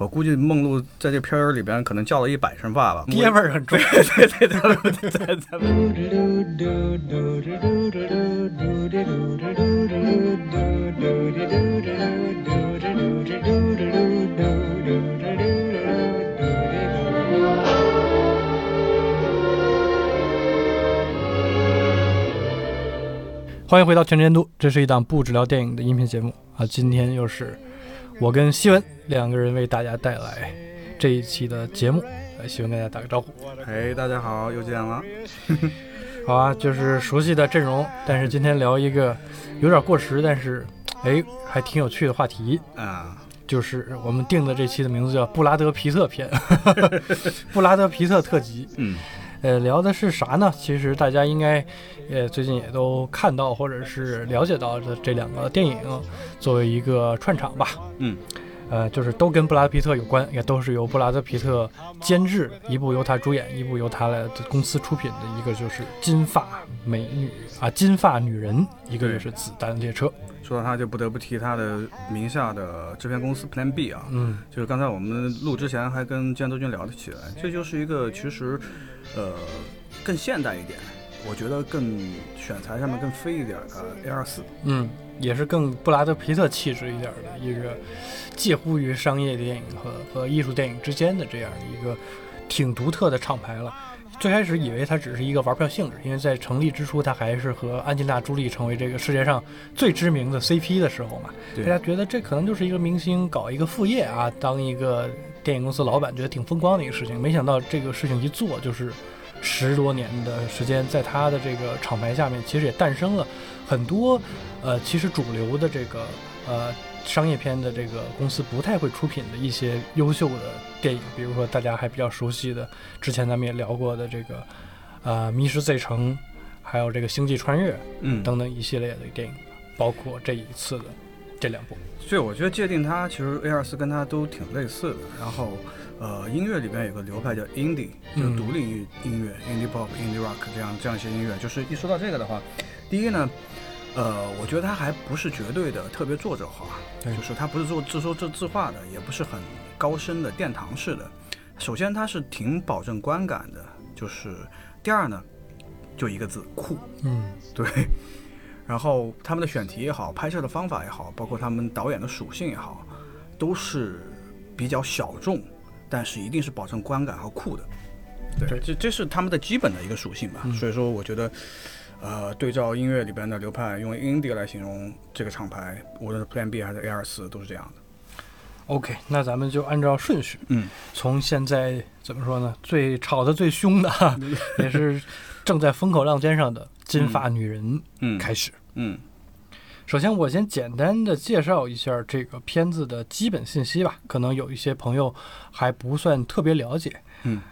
我估计梦露在这片儿里边可能叫了一百声爸爸，爹味儿很重。对对对对对对对 Thank you. 欢迎回到全知监督，这是一档不只聊电影的音频节目啊。今天又是我跟西文两个人为大家带来这一期的节目。来，西文跟大家打个招呼。哎，大家好，又见了。好啊，就是熟悉的阵容，但是今天聊一个有点过时，但是哎还挺有趣的话题。啊，就是我们定的这期的名字叫布拉德皮特篇， 布拉德皮特特辑。嗯，呃，聊的是啥呢？其实大家应该，呃，最近也都看到或者是了解到的这两个电影，作为一个串场吧。嗯，呃，就是都跟布拉德皮特有关，也都是由布拉德皮特监制的，一部由他主演，一部由他来的公司出品的一个就是《金发美女》啊，《金发女人》，一个就是《子弹列车》。说到他就不得不提他的名下的制片公司 Plan B 啊，嗯，就是刚才我们录之前还跟建州君聊了起来，这就是一个其实，呃，更现代一点，我觉得更选材上面更飞一点的 A 二四。嗯，也是更布拉德皮特气质一点的一个，介乎于商业电影和和艺术电影之间的这样的一个挺独特的厂牌了。最开始以为它只是一个玩票性质，因为在成立之初，它还是和安吉娜·朱莉成为这个世界上最知名的 CP 的时候嘛，大对家觉得这可能就是一个明星搞一个副业啊，当一个电影公司老板，觉得挺风光的一个事情。没想到这个事情一做就是十多年的时间，在他的这个厂牌下面，其实也诞生了很多呃，其实主流的这个呃商业片的这个公司不太会出品的一些优秀的电影，比如说大家还比较熟悉的，之前咱们也聊过的这个呃《迷失 Z 城》，还有这个《星际穿越》嗯等等一系列的电影，包括这一次的这两部。所以我觉得界定它其实 A 二四跟它都挺类似的。然后，呃，音乐里边有个流派叫 indie，就是嗯独立音音乐、indie pop、indie rock 这样这样一些音乐。就是一说到这个的话，第一呢，呃，我觉得它还不是绝对的特别作者化，对就是它不是做自说自自画的，也不是很高深的殿堂式的。首先，它是挺保证观感的，就是第二呢，就一个字酷。嗯对。然后他们的选题也好，拍摄的方法也好，包括他们导演的属性也好，都是比较小众，但是一定是保证观感和酷的。对，对这这是他们的基本的一个属性吧。所以说，我觉得，呃，对照音乐里边的流派，用 indie 来形容这个厂牌，无论是 Plan B 还是 A 二四，都是这样的。 ，OK，那咱们就按照顺序，嗯，从现在怎么说呢？最吵得最凶 的，哈，也是正在风口浪尖上的《金发女人嗯》开始。嗯首先，我先简单的介绍一下这个片子的基本信息吧，可能有一些朋友还不算特别了解。嗯，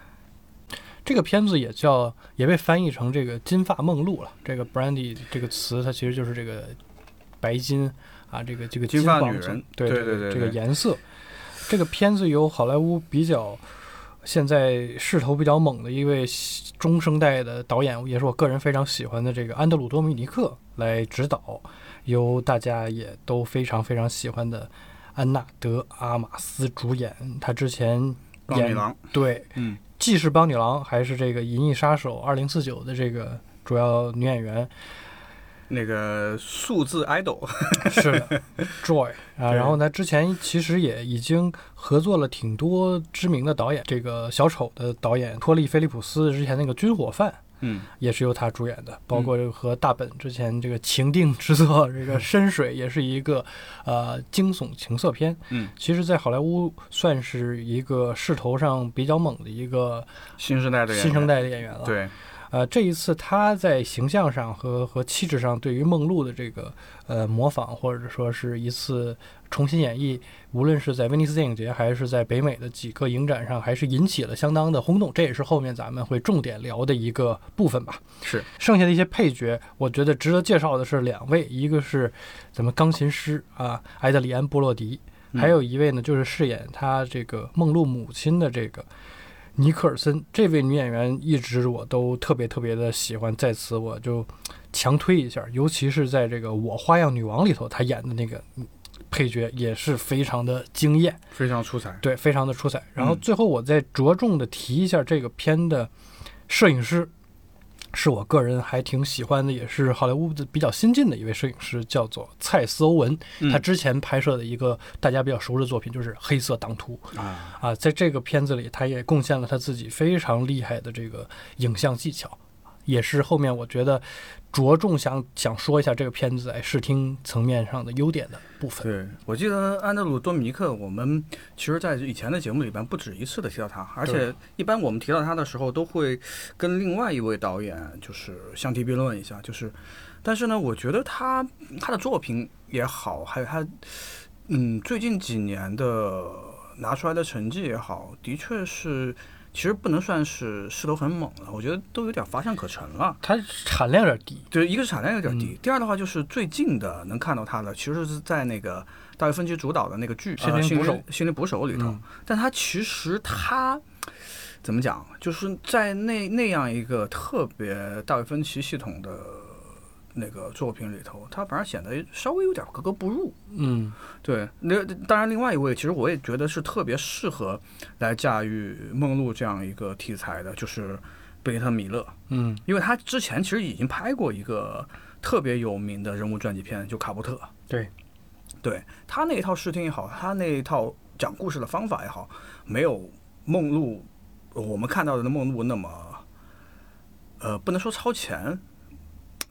这个片子也叫也被翻译成这个“金发梦露”了。这个 “brandy” 这个词，它其实就是这个白金啊，这个这个金发黄女色人对对这个对对这个对颜色。这个片子由好莱坞比较现在势头比较猛的一位中生代的导演，也是我个人非常喜欢的这个安德鲁·多米尼克来指导，由大家也都非常非常喜欢的安娜·德阿玛斯主演。她之前邦演女郎对，嗯，既是邦女郎，还是这个《银翼杀手二零四九》的这个主要女 演员，那个数字 idol，是的 ，Joy 啊，对然后呢，之前其实也已经合作了挺多知名的导演，这个小丑的导演托利·菲利普斯之前那个《军火贩》嗯，也是由他主演的，包括这个和大本之前这个情定之作，这个深水也是一个呃惊悚情色片，嗯，其实，在好莱坞算是一个势头上比较猛的一个新时代的演员新生代的演员了，对，呃，这一次他在形象上和和气质上对于梦露的这个呃模仿，或者说是一次重新演绎，无论是在威尼斯电影节，还是在北美的几个影展上，还是引起了相当的轰动。这也是后面咱们会重点聊的一个部分吧。是剩下的一些配角，我觉得值得介绍的是两位，一个是咱们钢琴师啊埃德里安·波洛迪，嗯还有一位呢就是饰演他这个梦露母亲的这个尼克尔森。这位女演员一直我都特别特别的喜欢，在此我就强推一下，尤其是在这个《我花样女王》里头，她演的那个配角也是非常的惊艳，非常出彩。对，非常的出彩。然后嗯最后我再着重的提一下这个片的摄影师，是我个人还挺喜欢的，也是好莱坞的比较新进的一位摄影师，叫做蔡斯欧文。嗯他之前拍摄的一个大家比较熟知的作品就是《黑色党徒》啊，啊，在这个片子里，他也贡献了他自己非常厉害的这个影像技巧，也是后面我觉得着重想想说一下这个片子在哎视听层面上的优点的部分。对，我记得安德鲁·多米尼克，我们其实，在以前的节目里边不止一次的提到他，而且一般我们提到他的时候，都会跟另外一位导演就是相提并论一下，就是，但是呢，我觉得他他的作品也好，还有他，嗯，最近几年的拿出来的成绩也好，的确是。其实不能算是势头很猛了，我觉得都有点乏善可陈了。它产量有点低，就是一个是产量有点低，嗯第二的话就是最近的能看到他的，其实是在那个大卫芬奇主导的那个剧《心呃灵捕手》心灵捕手里头，嗯但他其实他怎么讲，就是在那那样一个特别大卫芬奇系统的那个作品里头，他反而显得稍微有点格格不入。嗯，对，那当然，另外一位其实我也觉得是特别适合来驾驭梦露这样一个题材的，就是贝内特·米勒。嗯，因为他之前其实已经拍过一个特别有名的人物传记片，就《卡伯特》。对，对他那一套视听也好，他那一套讲故事的方法也好，没有梦露我们看到的梦露那么，呃，不能说超前，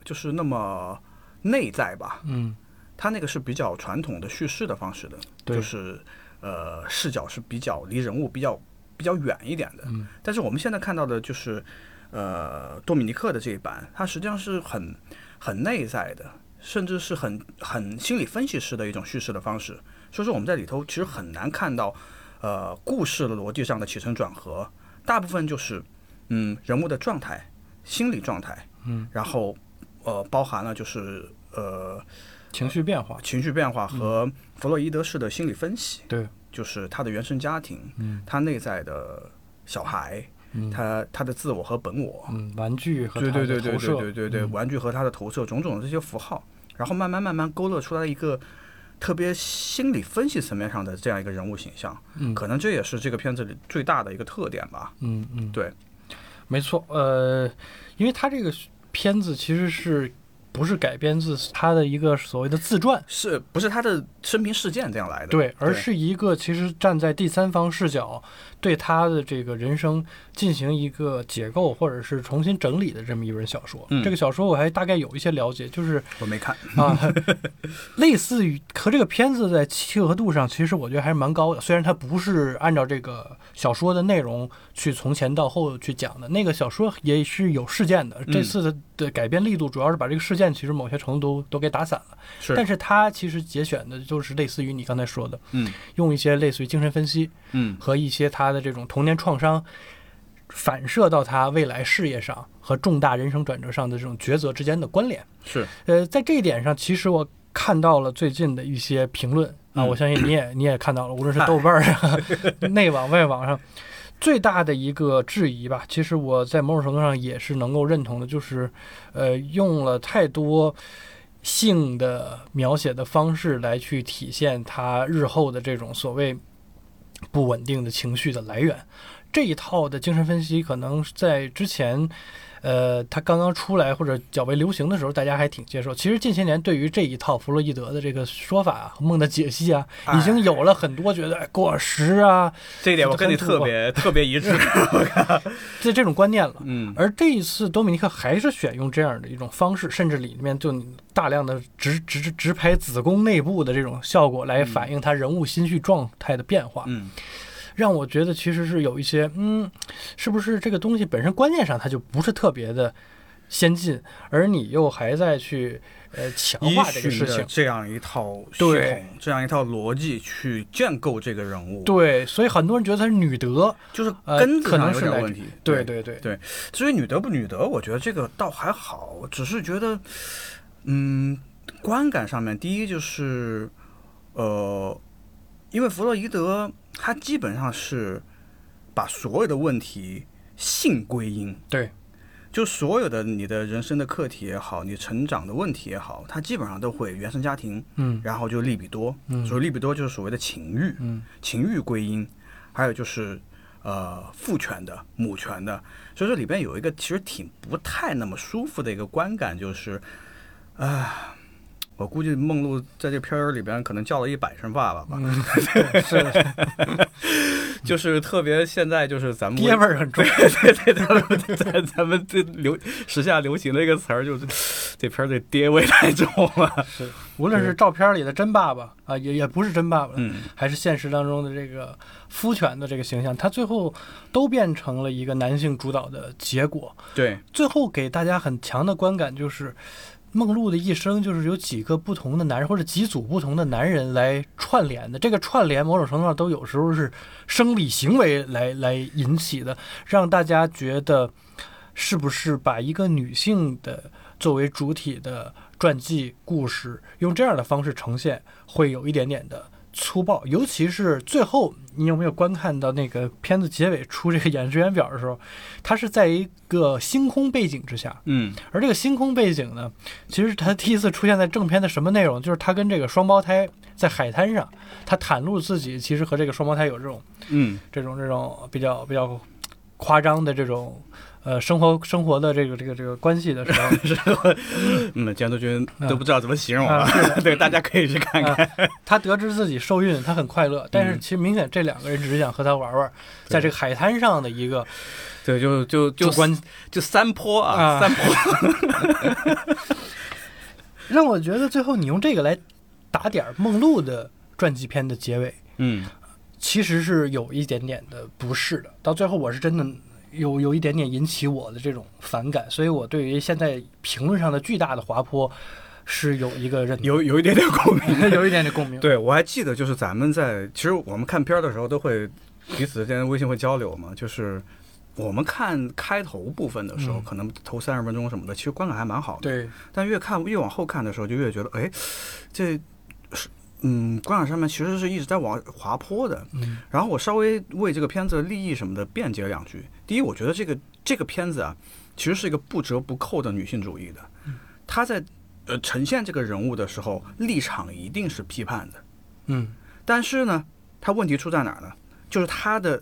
就是那么内在吧。嗯，他那个是比较传统的叙事的方式的，对就是呃视角是比较离人物比较比较远一点的。嗯但是我们现在看到的就是呃多米尼克的这一版，它实际上是很很内在的，甚至是很很心理分析式的一种叙事的方式。所以说我们在里头其实很难看到呃故事的逻辑上的起承转合，大部分就是嗯人物的状态、心理状态，嗯，然后呃包含了就是呃。情绪变化，情绪变化和弗洛伊德式的心理分析，对，就是他的原生家庭，嗯他内在的小孩，嗯他他的自我和本我，嗯，玩具和对它对对的对投对射对对对，玩具和他的投射，种种的这些符号，然后慢慢慢慢勾勒出来一个特别心理分析层面上的这样一个人物形象，嗯可能这也是这个片子里最大的一个特点吧。嗯嗯，对，没错，呃，因为它这个片子其实是不是改编自他的一个所谓的自传？是不是他的生平事件这样来的？对，而是一个其实站在第三方视角，对他的这个人生进行一个解构或者是重新整理的这么一本小说。嗯这个小说我还大概有一些了解，就是我没看，啊，类似于和这个片子在契合度上，其实我觉得还是蛮高的。虽然它不是按照这个小说的内容去从前到后去讲的，那个小说也是有事件的。这次的的改编力度主要是把这个事件其实某些程度都都给打散了，是但是它其实节选的就是类似于你刚才说的，嗯用一些类似于精神分析嗯和一些他的这种童年创伤。反射到他未来事业上和重大人生转折上的这种抉择之间的关联，是呃，在这一点上，其实我看到了最近的一些评论啊，嗯我相信你也你也看到了，无论是豆瓣儿啊、 内网外网上，最大的一个质疑吧，其实我在某种程度上也是能够认同的，就是呃，用了太多。性的描写的方式来去体现他日后的这种所谓不稳定的情绪的来源，这一套的精神分析可能在之前呃，它刚刚出来或者较为流行的时候，大家还挺接受。其实近些年对于这一套弗洛伊德的这个说法啊、梦的解析啊，已经有了很多觉得哎果实啊，这一点，我跟你这个特风别特别一致。这这种观念了。嗯而这一次，多米尼克还是选用这样的一种方式，甚至里面就大量的直直直直拍子宫内部的这种效果来反映他人物心绪状态的变化，嗯。让我觉得其实是有一些，嗯，是不是这个东西本身观念上它就不是特别的先进，而你又还在去呃强依化这个循事着情？这样一套系对统，这样一套逻辑去建构这个人物，对，所以很多人觉得它是女德，就是呃根子可能上有是点来问题。对对对，至于女德不女德，我觉得这个倒还好，只是觉得，嗯，观感上面，第一就是，呃，因为弗洛伊德他基本上是把所有的问题性归因，对就所有的你的人生的课题也好，你成长的问题也好，它基本上都会原生家庭，嗯然后就利比多，嗯所以利比多就是所谓的情欲，嗯情欲归因，还有就是呃父权的、母权的，所以说里边有一个其实挺不太那么舒服的一个观感，就是，啊、我估计梦露在这片儿里边可能叫了一百声爸爸 吧，嗯，是的， 就是特别现在就是咱们爹味儿很重。 对对对，咱咱们这流时下流行的一个词儿就是，这片儿这爹味太重了。是，无论是照片里的真爸爸啊，也也不是真爸爸，嗯，还是现实当中的这个夫权的这个形象，它最后都变成了一个男性主导的结果。对，最后给大家很强的观感就是，梦露的一生就是有几个不同的男人或者几组不同的男人来串联的。这个串联某种程度上都有时候是生理行为来来引起的，让大家觉得是不是把一个女性的作为主体的传记故事用这样的方式呈现，会有一点点的。粗暴，尤其是最后，你有没有观看到那个片子结尾出这个演职员表的时候，它是在一个星空背景之下，嗯而这个星空背景呢，其实它第一次出现在正片的什么内容？就是他跟这个双胞胎在海滩上，他袒露自己其实和这个双胞胎有这种嗯这种这种比较比较夸张的这种呃生活生活的这个这个这个关系的时 候，嗯，江都君嗯都不知道怎么形容了啊。 对，大家可以去看看。他得知自己受孕，他很快乐，但是嗯其实明显这两个人只是想和他玩玩，对在这个海滩上的一个对，就就主就观就三坡啊，啊三 坡。让我觉得最后你用这个来打点儿梦露的传记片的结尾，嗯，其实是有一点点的不适的。到最后，我是真的有有一点点引起我的这种反感，所以我对于现在评论上的巨大的滑坡是有一个认同，有有一点点共鸣。 有一点点共鸣。对，我还记得，就是咱们在其实我们看片儿的时候，都会彼此之间微信会交流嘛。就是我们看开头部分的时候，嗯可能头三十分钟什么的，其实观感还蛮好的。对但越看越往后看的时候，就越觉得，哎，这是嗯，观感上面其实是一直在往滑坡的。嗯然后我稍微为这个片子的利益什么的辩解两句。第一，我觉得这个这个片子啊，其实是一个不折不扣的女性主义的。她在呃呈现这个人物的时候，立场一定是批判的。嗯但是呢，她问题出在哪儿呢？就是她的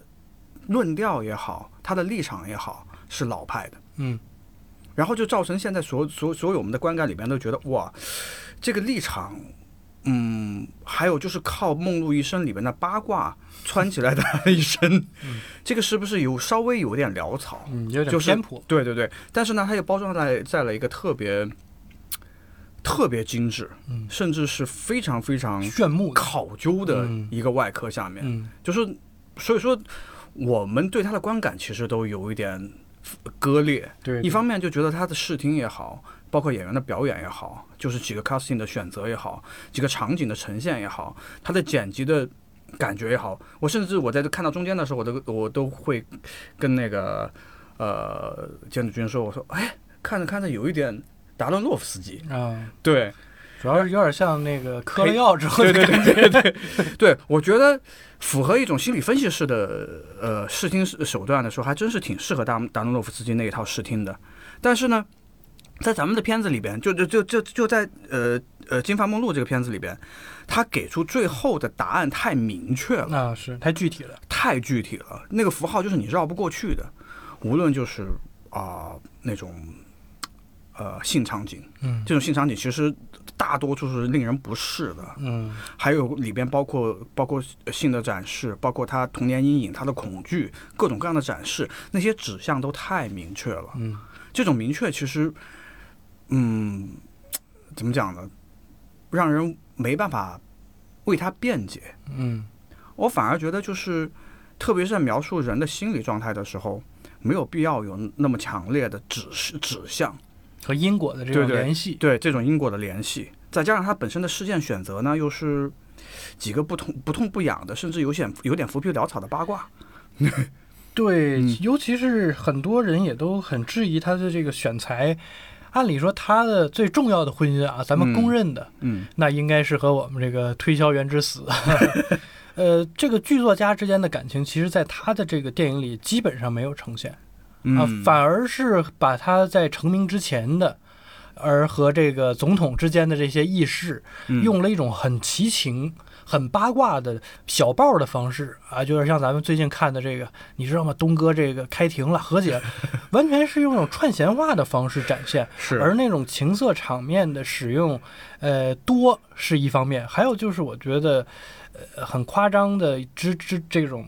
论调也好，她的立场也好，是老派的。嗯然后就造成现在所所所有我们的观感里边都觉得哇，这个立场，嗯，还有就是靠《梦露一生》里边的八卦穿起来的一身，这个是不是有稍微有点潦草？嗯，有点就是偏颇。对对对，但是呢，它又包装在在了一个特别特别精致，嗯甚至是非常非常炫目的，考究的嗯一个外壳下面，嗯就是所以说我们对它的观感其实都有一点割裂。对，一方面就觉得他的视听也好，包括演员的表演也好，就是几个 casting 的选择也好，几个场景的呈现也好，他的剪辑的感觉也好，我甚至我在这看到中间的时候，我都我都会跟那个呃建筑君说，我说哎，看着看着有一点达伦洛夫斯基，啊，对主要是有点像那个嗑了药之后对对的感觉。对对对，对我觉得符合一种心理分析式的呃视听手段的时候，还真是挺适合达达诺洛夫斯基那一套视听的。但是呢，在咱们的片子里边，就就就就就在呃呃《金发梦露》这个片子里边，他给出最后的答案太明确了， 啊，是太具体了。太具体了，那个符号就是你绕不过去的。无论就是啊、那种呃性场景，嗯这种性场景其实大多数是令人不适的。嗯还有里边包括包括性的展示，包括他童年阴影、他的恐惧，各种各样的展示，那些指向都太明确了。嗯，这种明确其实，嗯，怎么讲呢？让人没办法为他辩解。嗯我反而觉得就是，特别是在描述人的心理状态的时候，没有必要有那么强烈的指示指向。和因果的这种对对联系。对这种因果的联系，再加上它本身的事件选择呢，又是几个不痛不痛不痒的，甚至有点有点浮皮潦草的八卦。对，嗯尤其是很多人也都很质疑他的这个选材。按理说，他的最重要的婚姻啊，咱嗯们公认的，嗯那应该是和我们这个推销员之死。 呃，这个剧作家之间的感情，其实在他的这个电影里基本上没有呈现。啊嗯，，反而是把他在成名之前的，而和这个总统之间的这些轶事，嗯用了一种很奇情、很八卦的小报的方式啊，就是像咱们最近看的这个，你知道吗？东哥这个开庭了，和解了， 完全是用一种串闲话的方式展现。是而那种情色场面的使用，呃，多是一方面，还有就是我觉得，呃，很夸张的之之这种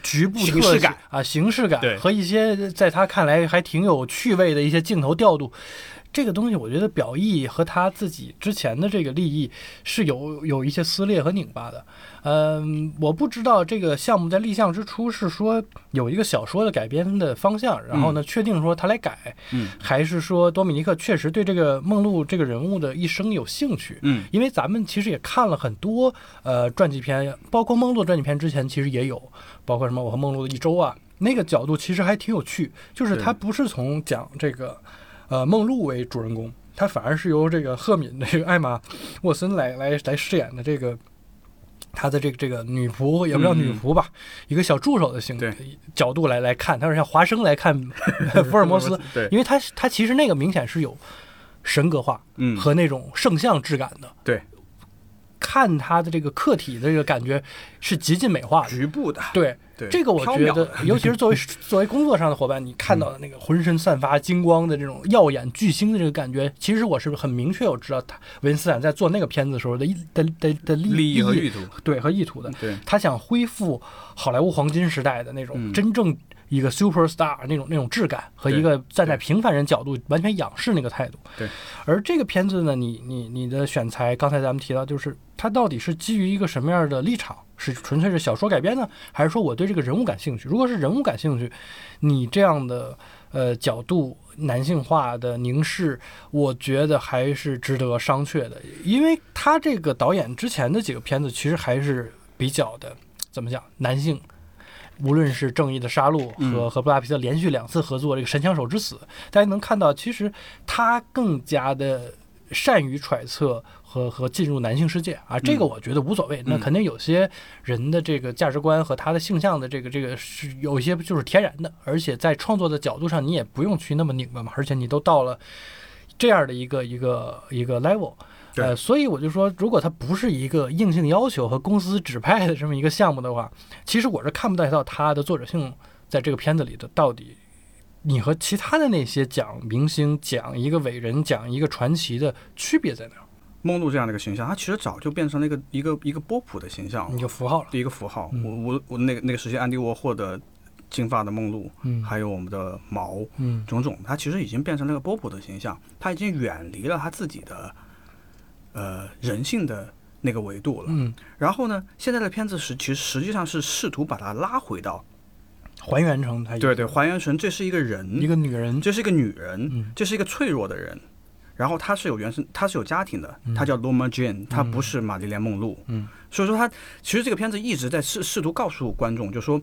局部形特式写感啊，形式感对和一些在他看来还挺有趣味的一些镜头调度。这个东西，我觉得表意和他自己之前的这个利益是有有一些撕裂和拧巴的。嗯，我不知道这个项目在立项之初是说有一个小说的改编的方向，然后呢，确定说他来改，嗯还是说多米尼克确实对这个梦露这个人物的一生有兴趣？嗯因为咱们其实也看了很多呃传记片，包括梦露传记片之前其实也有，包括什么我和梦露的一周啊，那个角度其实还挺有趣，就是对它不是从讲这个呃梦露为主人公，它反而是由这个呃赫敏这个艾玛沃森来来来饰演的这个。她的这个这个女仆也不叫女仆吧，一个小助手的形对角度来来看，她是像华生来看 福尔摩斯，对，因为他他其实那个明显是有神格化嗯和那种圣像质感的，对看他的这个客体的这个感觉是极尽美化的。局部的，啊对，对这个我缥觉缈得的， 尤其是作为作为工作上的伙伴，你看到的那个浑身散发金光的这种耀眼巨星的这个感觉，其实我是很明确，我知道他文斯坦在做那个片子的时候的意的的的利利益和意图，对和意图的，对他想恢复好莱坞黄金时代的那种嗯真正一个 super star 那种那种质感和对一个站在平凡人角度完全仰视那个态度。对，而这个片子呢，你你你的选材，刚才咱们提到，就是它到底是基于一个什么样的立场？是纯粹是小说改编呢，还是说我对这个人物感兴趣？如果是人物感兴趣，你这样的呃角度男性化的凝视，我觉得还是值得商榷的，因为他这个导演之前的几个片子其实还是比较的怎么讲男性。无论是《正义的杀戮》和和布拉皮特连续两次合作这个《神枪手之死》，大家能看到，其实他更加的善于揣测和和进入男性世界啊，这个我觉得无所谓。那肯定有些人的这个价值观和他的性向的这个这个是有一些就是天然的，而且在创作的角度上你也不用去那么拧巴嘛，而且你都到了这样的一个一个一个 level。呃，对所以我就说，如果它不是一个硬性要求和公司指派的这么一个项目的话，其实我是看不太到它的作者性在这个片子里的到底你和其他的那些讲明星、讲一个伟人、讲一个传奇的区别在哪儿？梦露这样的一个形象，它其实早就变成了一个一个一个波普的形象了你，就符号了。一个符号。嗯我我我那个那个时期，安迪沃霍的金发的梦露，嗯还有我们的毛嗯种种，它其实已经变成了一个波普的形象，它已经远离了它自己的呃人性的那个维度了。嗯，然后呢，现在的片子是其实实际上是试图把它拉回到还原成它一对对还原成这是一个人一，个女人，这是一个女人，嗯这是一个脆弱的人。然后她是有原生，她是有家庭的，她叫 Loma Jane，、她不是玛丽莲梦露。嗯，所以说她其实这个片子一直在试试图告诉观众，就说，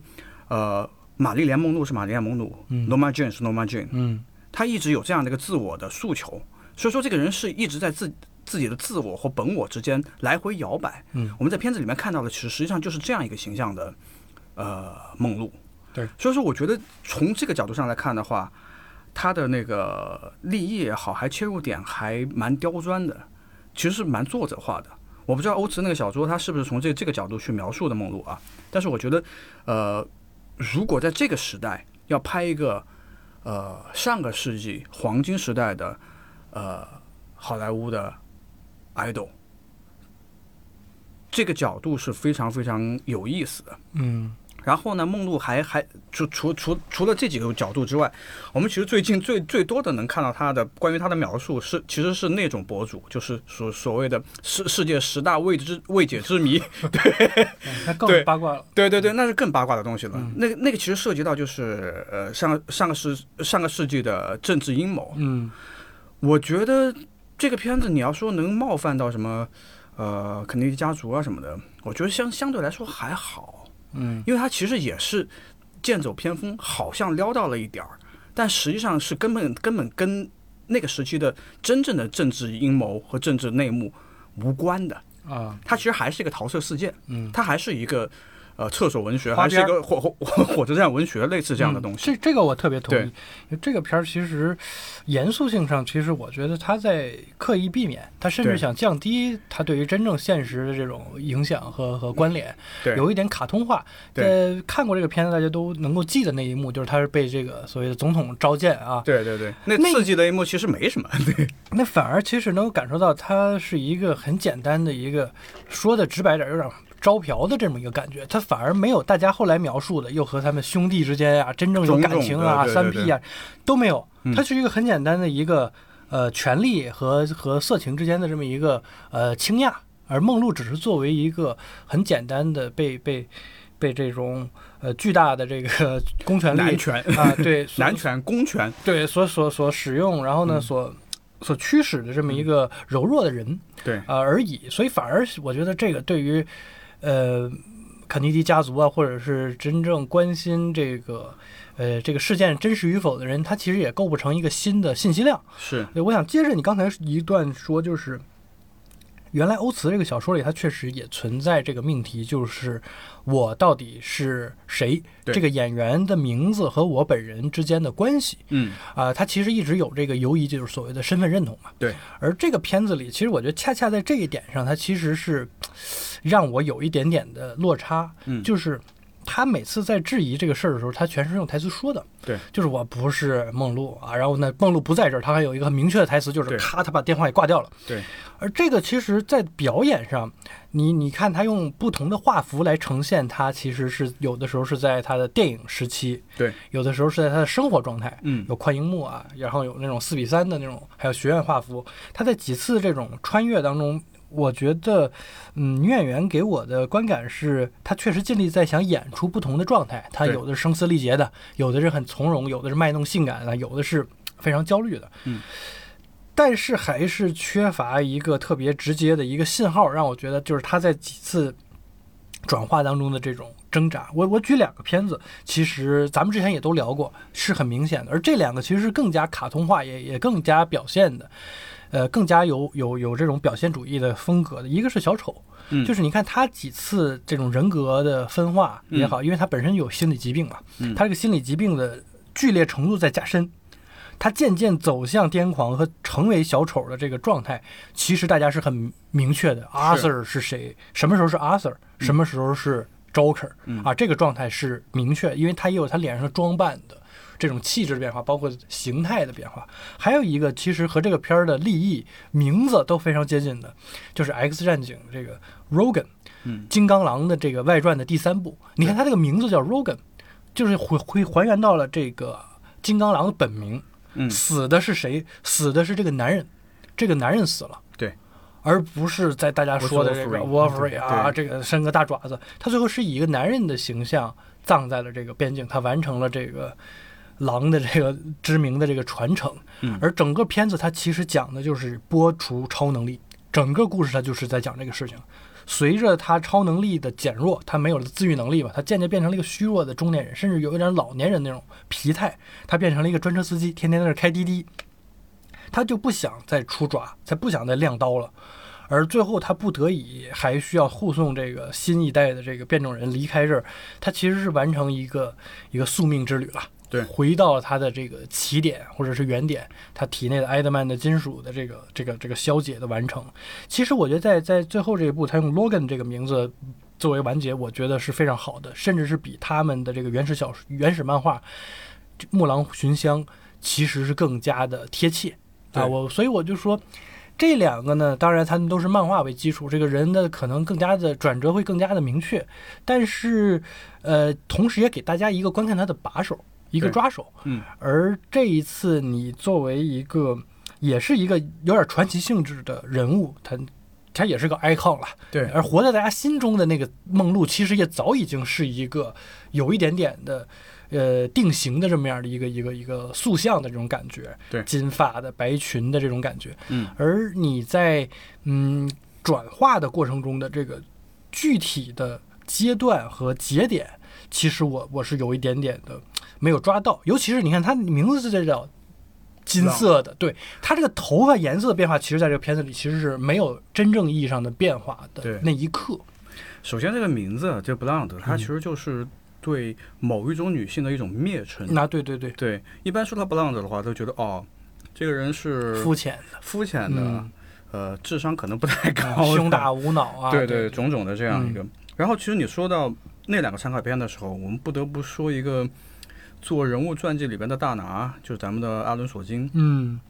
呃，玛丽莲梦露是玛丽莲梦露、嗯 l o m a Jane 是 Loma Jane，嗯她一直有这样的一个自我的诉求。所以说这个人是一直在自自己的自我和本我之间来回摇摆。嗯，我们在片子里面看到的，其实实际上就是这样一个形象的，呃，梦露。对，所以说我觉得从这个角度上来看的话，他的那个立意也好，还切入点还蛮刁钻的，其实是蛮作者化的。我不知道欧慈那个小说他是不是从这这个角度去描述的梦露啊，但是我觉得，呃，如果在这个时代要拍一个，呃，上个世纪黄金时代的，呃，好莱坞的 idol，这个角度是非常非常有意思的。嗯然后呢，梦露还还除除除除了这几个角度之外，我们其实最近最最多的能看到他的关于他的描述是，其实是那种博主，就是所所谓的世世界十大未知未解之谜。嗯，它更对八卦了。对对对，那是更八卦的东西了。嗯那个那个其实涉及到就是呃上上个世上个世纪的政治阴谋。嗯我觉得这个片子你要说能冒犯到什么呃肯尼迪家族啊什么的，我觉得相相对来说还好。嗯因为它其实也是剑走偏锋，好像撩到了一点儿，但实际上是根本根本跟那个时期的真正的政治阴谋和政治内幕无关的。啊它其实还是一个桃色事件，嗯它还是一个呃厕所文学，花还是一边个火火火 火车站文学，类似这样的嗯东西。这这个我特别同意，对因为这个片儿其实严肃性上，其实我觉得他在刻意避免，他甚至对想降低他对于真正现实的这种影响和和关联，对有一点卡通化。对呃，看过这个片子，大家都能够记得那一幕，就是他是被这个所谓的总统召见啊，对对对，那那刺激的一幕其实没什 么，对那反而其实能够感受到它是一个很简单的一个，说的直白点儿，有点。招嫖的这么一个感觉，他反而没有大家后来描述的，又和他们兄弟之间啊，真正有种种感情的啊、对对三 P 啊，都没有嗯。它是一个很简单的一个呃，权力和和色情之间的这么一个呃倾轧，而梦露只是作为一个很简单的被被被这种呃巨大的这个 公权男力权、 啊， 对所男权、公权，对，所所所使用，然后呢，所所驱使的这么一个柔弱的人对啊、呃而已，所以反而是我觉得这个对于呃肯尼迪家族啊，或者是真正关心这个呃这个事件真实与否的人，他其实也构不成一个新的信息量。是对，我想接着你刚才一段说，就是原来欧茨这个小说里，它确实也存在这个命题，就是我到底是谁？对这个演员的名字和我本人之间的关系。嗯啊、他其实一直有这个犹疑，就是所谓的身份认同嘛。对。而这个片子里，其实我觉得恰恰在这一点上，它其实是嘖让我有一点点的落差。嗯就是他每次在质疑这个事儿的时候，他全是用台词说的。对。就是我不是梦露啊，然后呢，梦露不在这儿，他还有一个很明确的台词，就是对咔，他把电话给挂掉了。对而这个其实，在表演上，你你看他用不同的画幅来呈现他，其实是有的时候是在他的电影时期，对，有的时候是在他的生活状态，嗯有宽银幕啊，然后有那种四比三的那种，还有学院画幅。他在几次这种穿越当中，我觉得，嗯，女演员给我的观感是，她确实尽力在想演出不同的状态。她对有的是声嘶力竭的，有的是很从容，有的是卖弄性感的，有的是非常焦虑的。嗯。但是还是缺乏一个特别直接的一个信号，让我觉得就是她在几次转化当中的这种挣扎。我我举两个片子，其实咱们之前也都聊过，是很明显的。而这两个其实是更加卡通化，也也更加表现的，呃，更加有有有这种表现主义的风格的。一个是小丑，嗯就是你看他几次这种人格的分化也好，因为他本身有心理疾病嘛，嗯他这个心理疾病的剧烈程度在加深。他渐渐走向癫狂和成为小丑的这个状态，其实大家是很明确的。阿 Sir 是谁？什么时候是阿 Sir？什么时候是 Joker？、嗯啊，这个状态是明确，因为他也有他脸上的装扮的这种气质的变化，包括形态的变化。还有一个，其实和这个片儿的立意、名字都非常接近的，就是《X 战警》这个 Rogan，嗯金刚狼的这个外传的第三部。你看他这个名字叫 Rogan，就是回回还原到了这个金刚狼的本名。嗯死的是谁？死的是这个男人，这个男人死了，对，而不是在大家说的这个 w o l Wolverine， f r e 啊，这个伸个大爪子，他最后是以一个男人的形象葬在了这个边境，他完成了这个狼的这个知名的这个传承。嗯而整个片子它其实讲的就是剥除超能力，整个故事它就是在讲这个事情。随着他超能力的减弱，他没有了自愈能力嘛，他渐渐变成了一个虚弱的中年人，甚至有一点老年人那种疲态。他变成了一个专车司机，天天在那儿开滴滴，他就不想再出爪，才不想再亮刀了。而最后他不得已还需要护送这个新一代的这个变种人离开这儿，他其实是完成一个一个宿命之旅了。对回到了他的这个起点或者是原点，他体内的埃德曼的金属的这个这个这个消解的完成。其实我觉得在在最后这一步，他用 Logan 这个名字作为完结，我觉得是非常好的，甚至是比他们的这个原始小说原始漫画《木狼寻香》其实是更加的贴切啊。对我所以我就说，这两个呢，当然他们都是漫画为基础，这个人的可能更加的转折会更加的明确，但是呃，同时也给大家一个观看他的把手，一个对抓手。嗯，而这一次，你作为一个也是一个有点传奇性质的人物，他他也是个 icon 了。对而活在大家心中的那个梦露，其实也早已经是一个有一点点的。呃，定型的这么样的一个一个一个塑像的这种感觉，对金发的白裙的这种感觉，嗯，而你在嗯转化的过程中的这个具体的阶段和节点，其实我我是有一点点的没有抓到，尤其是你看他名字就叫金色的，对他这个头发颜色的变化，其实在这个片子里其实是没有真正意义上的变化的对那一刻，首先，这个名字这布嗯朗德，它其实就是对某一种女性的一种蔑称。那对对对，对，一般说她 blonde 的话，都觉得哦，这个人是肤浅的，肤浅的，嗯，呃，智商可能不太啊高， 胸大无脑啊，对对对，，嗯种种的这样一个。然后，其实你说到那两个参考片的时候，我们不得不说一个做人物传记里边的大拿，就是咱们的阿伦索金。嗯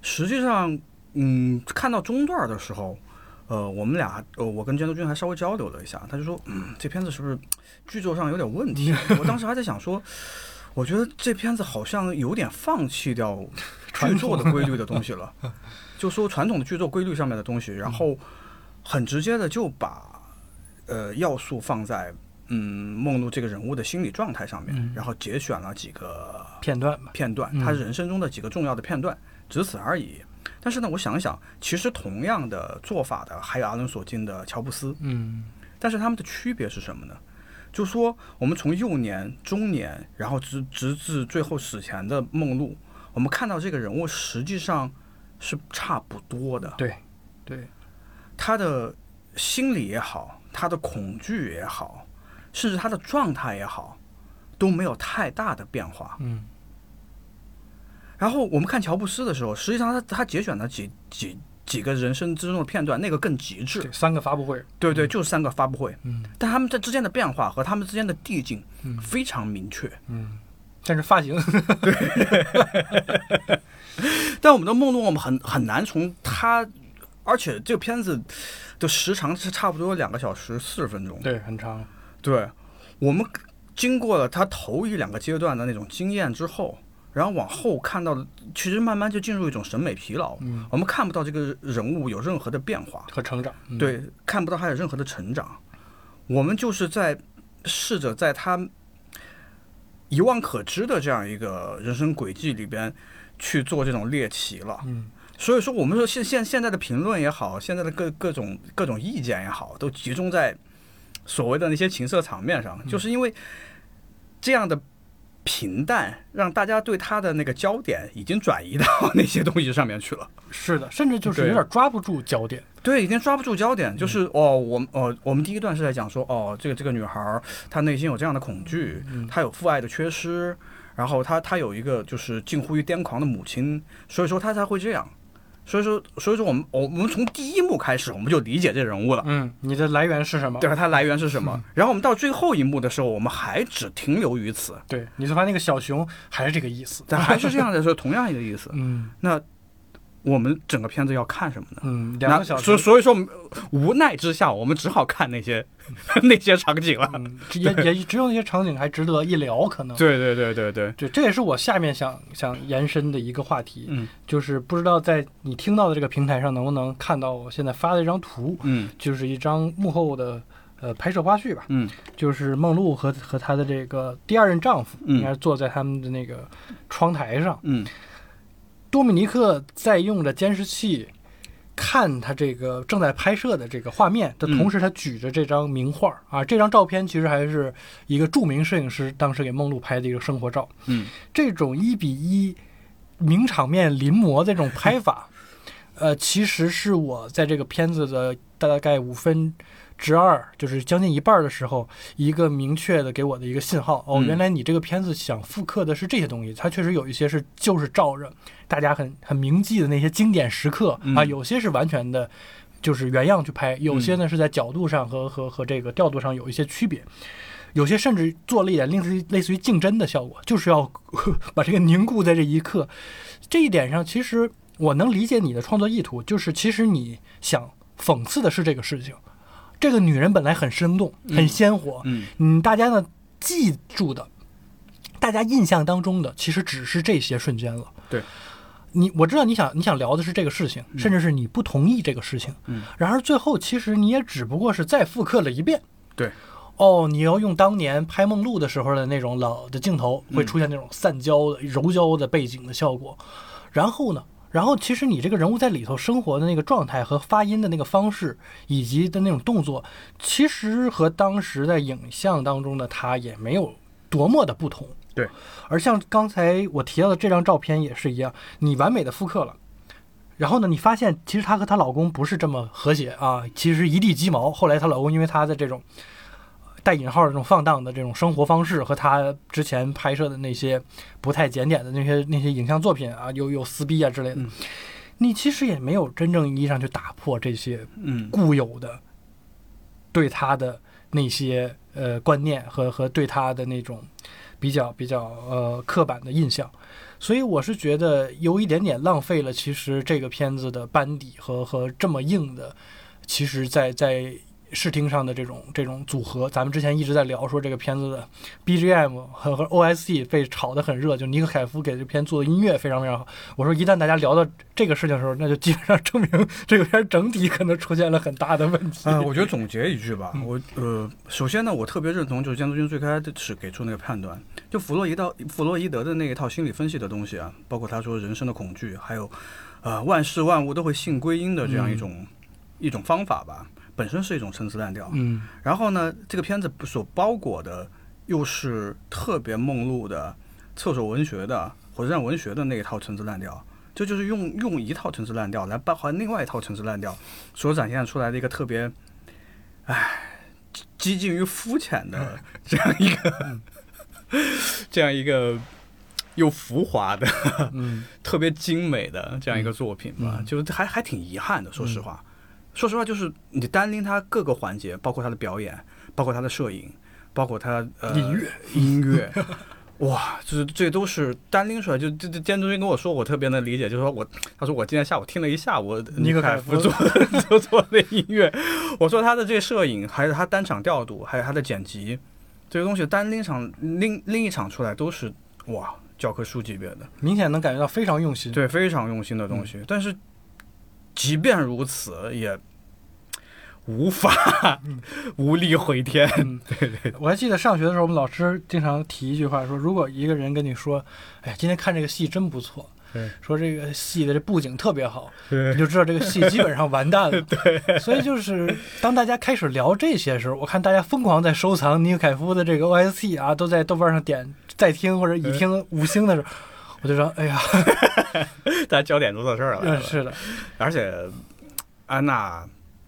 实际上，嗯，看到中段的时候，呃，我们俩，呃，我跟监督君还稍微交流了一下，他就说，嗯，这片子是不是剧作上有点问题？我当时还在想说。我觉得这片子好像有点放弃掉剧作的规律的东西了，就说传统的剧作规律上面的东西，然后很直接的就把呃要素放在嗯梦露这个人物的心理状态上面嗯，然后节选了几个片段吧，片段，嗯他人生中的几个重要的片段，只此而已。但是呢，我想一想，其实同样的做法的还有阿伦索金的乔布斯，嗯但是他们的区别是什么呢？就说我们从幼年、中年，然后直直至最后死前的梦露，我们看到这个人物实际上是差不多的，对对，他的心理也好，他的恐惧也好，甚至他的状态也好，都没有太大的变化。嗯然后我们看乔布斯的时候，实际上他他节选了几几几个人生之中的片段，那个更极致对，。三个发布会，对对，就是三个发布会，嗯但他们这之间的变化和他们之间的递进嗯非常明确。嗯，但是发 型，但我们的梦露，我们很很难从他，而且这个片子的时长是差不多两个小时四十分钟。对，很长，对，我们经过了他头一两个阶段的那种经验之后，然后往后看到的，其实慢慢就进入一种审美疲劳，嗯，我们看不到这个人物有任何的变化。和成长，嗯，对，看不到他有任何的成长。我们就是在试着在他一望可知的这样一个人生轨迹里边去做这种猎奇了。嗯，所以说，我们说现现现在的评论也好，现在的各各种各种意见也好，都集中在所谓的那些情色场面嗯上，就是因为这样的。平淡让大家对他的那个焦点已经转移到那些东西上面去了。是的，甚至就是对有点抓不住焦点，对，已经抓不住焦嗯点，就是、哦，我们哦，我们第一段是在讲说，哦，这个这个女孩儿她内心有这样的恐惧，嗯她有父爱的缺失，然后她她有一个就是近乎于癫狂的母亲，所以说她才会这样，所以说所以说我们我我们从第一幕开始我们就理解这人物了，嗯，你的来源是什么？对吧？它来源是什么？然后我们到最后一幕的时候，我们还只停留于此，对，你就发现那个小熊还是这个意思，但还是这样 的说，同样一个意思。嗯那我们整个片子要看什么呢？嗯，两那个小所时，所以说无奈之下，我们只好看那 些那些场景了。嗯，也也只有那些场景还值得一聊，可能。对对对对对，对，这也是我下面想想延伸的一个话题，嗯就是不知道在你听到的这个平台上能不能看到我现在发的一张图，嗯就是一张幕后的呃拍摄花絮吧，嗯就是梦露和和她的这个第二任丈夫，嗯应该是坐在他们的那个窗台上，嗯多米尼克在用着监视器看他这个正在拍摄的这个画面的同时，他举着这张名画、啊，这张照片其实还是一个著名摄影师当时给梦露拍的一个生活照。嗯，这种一比一名场面临摹的这种 拍法，呃，其实是我在这个片子的大概五分之二，就是将近一半儿的时候，一个明确的给我的一个信号。哦，嗯原来你这个片子想复刻的是这些东西，它确实有一些是就是照着大家很很铭记的那些经典时刻、嗯啊，有些是完全的。就是原样去拍，有些嗯呢是在角度上和和和这个调度上有一些区别，有些甚至做了一点类似于类似于竞争的效果，就是要 把这个凝固在这一刻。这一点上，其实我能理解你的创作意图，就是其实你想讽刺的是这个事情。这个女人本来很生动，很鲜活，嗯嗯，大家呢记住的，大家印象当中的，其实只是这些瞬间了。对，你我知道你想你想聊的是这个事情，甚至是你不同意这个事情。嗯，然而最后其实你也只不过是再复刻了一遍。对，哦，你要用当年拍《梦露》的时候的那种老的镜头，会出现那种散焦的、柔焦的背景的效果。然后呢，然后其实你这个人物在里头生活的那个状态和发音的那个方式，以及的那种动作，其实和当时在影像当中的他也没有多么的不同。对，而像刚才我提到的这张照片也是一样，你完美的复刻了。然后呢，你发现其实她和她老公不是这么和谐啊，其实一地鸡毛。后来她老公因为她的这种带引号的这种放荡的这种生活方式，和她之前拍摄的那些不太检点的那些那些影像作品啊，有有撕逼啊之类的，嗯你其实也没有真正意义上去打破这些 嗯固有的对他的那些呃观念和和对他的那种比较比较呃刻板的印象，所以我是觉得有一点点浪费了。其实这个片子的班底和和这么硬的，其实在在视听上的这种这种组合，咱们之前一直在聊说这个片子的 BGM 和和 OST 被炒得很热，就尼克凯夫给这片做的音乐非常非常好。我说一旦大家聊到这个事情的时候，那就基本上证明这个片儿整体可能出现了很大的问题。啊、我觉得总结一句吧，我呃，首先呢，我特别认同就是江泽军最开始给出那个判断，就弗洛伊到弗洛伊德的那一套心理分析的东西啊，包括他说人生的恐惧，还有呃万事万物都会性归因的这样一种、一种方法吧，本身是一种陈词滥调。嗯然后呢，这个片子所包裹的又是特别梦露的厕所文学的火车站文学的那一套陈词滥调，这就是用用一套陈词滥调来包含另外一套陈词滥调所展现出来的一个特别，唉，激近于肤浅的这样一个、这样一个又浮华的嗯特别精美的这样一个作品吧，嗯就是还还挺遗憾的。说实话，说实话，就是你单拎它各个环节，包括它的表演，包括它的摄影，包括它呃音乐音 乐。哇，就是这都是单拎出来，就这这监督君跟我说，我特别能理解，就是说我，他说我今天下午听了一下午尼克凯凯夫夫做的做 做的音乐，我说他的这个摄影，还有他单场调度，还有他的剪辑，这些东西单拎场拎拎一场出来都是哇教科书级别的。明显能感觉到非常用心。对，非常用心的东西。但是，即便如此，也无法、 无力回天。我还记得上学的时候，我们老师经常提一句话，说如果一个人跟你说：“哎呀，今天看这个戏真不错对，说这个戏的这布景特别好”，对你就知道这个戏基本上完蛋 了。对，所以就是当大家开始聊这些时候，我看大家疯狂在收藏尼克凯夫的这个 OST 啊，都在豆瓣上点再听或者已听五 星的时候，我就说：“哎呀， 大家焦点都到这儿了，嗯是的，而且安娜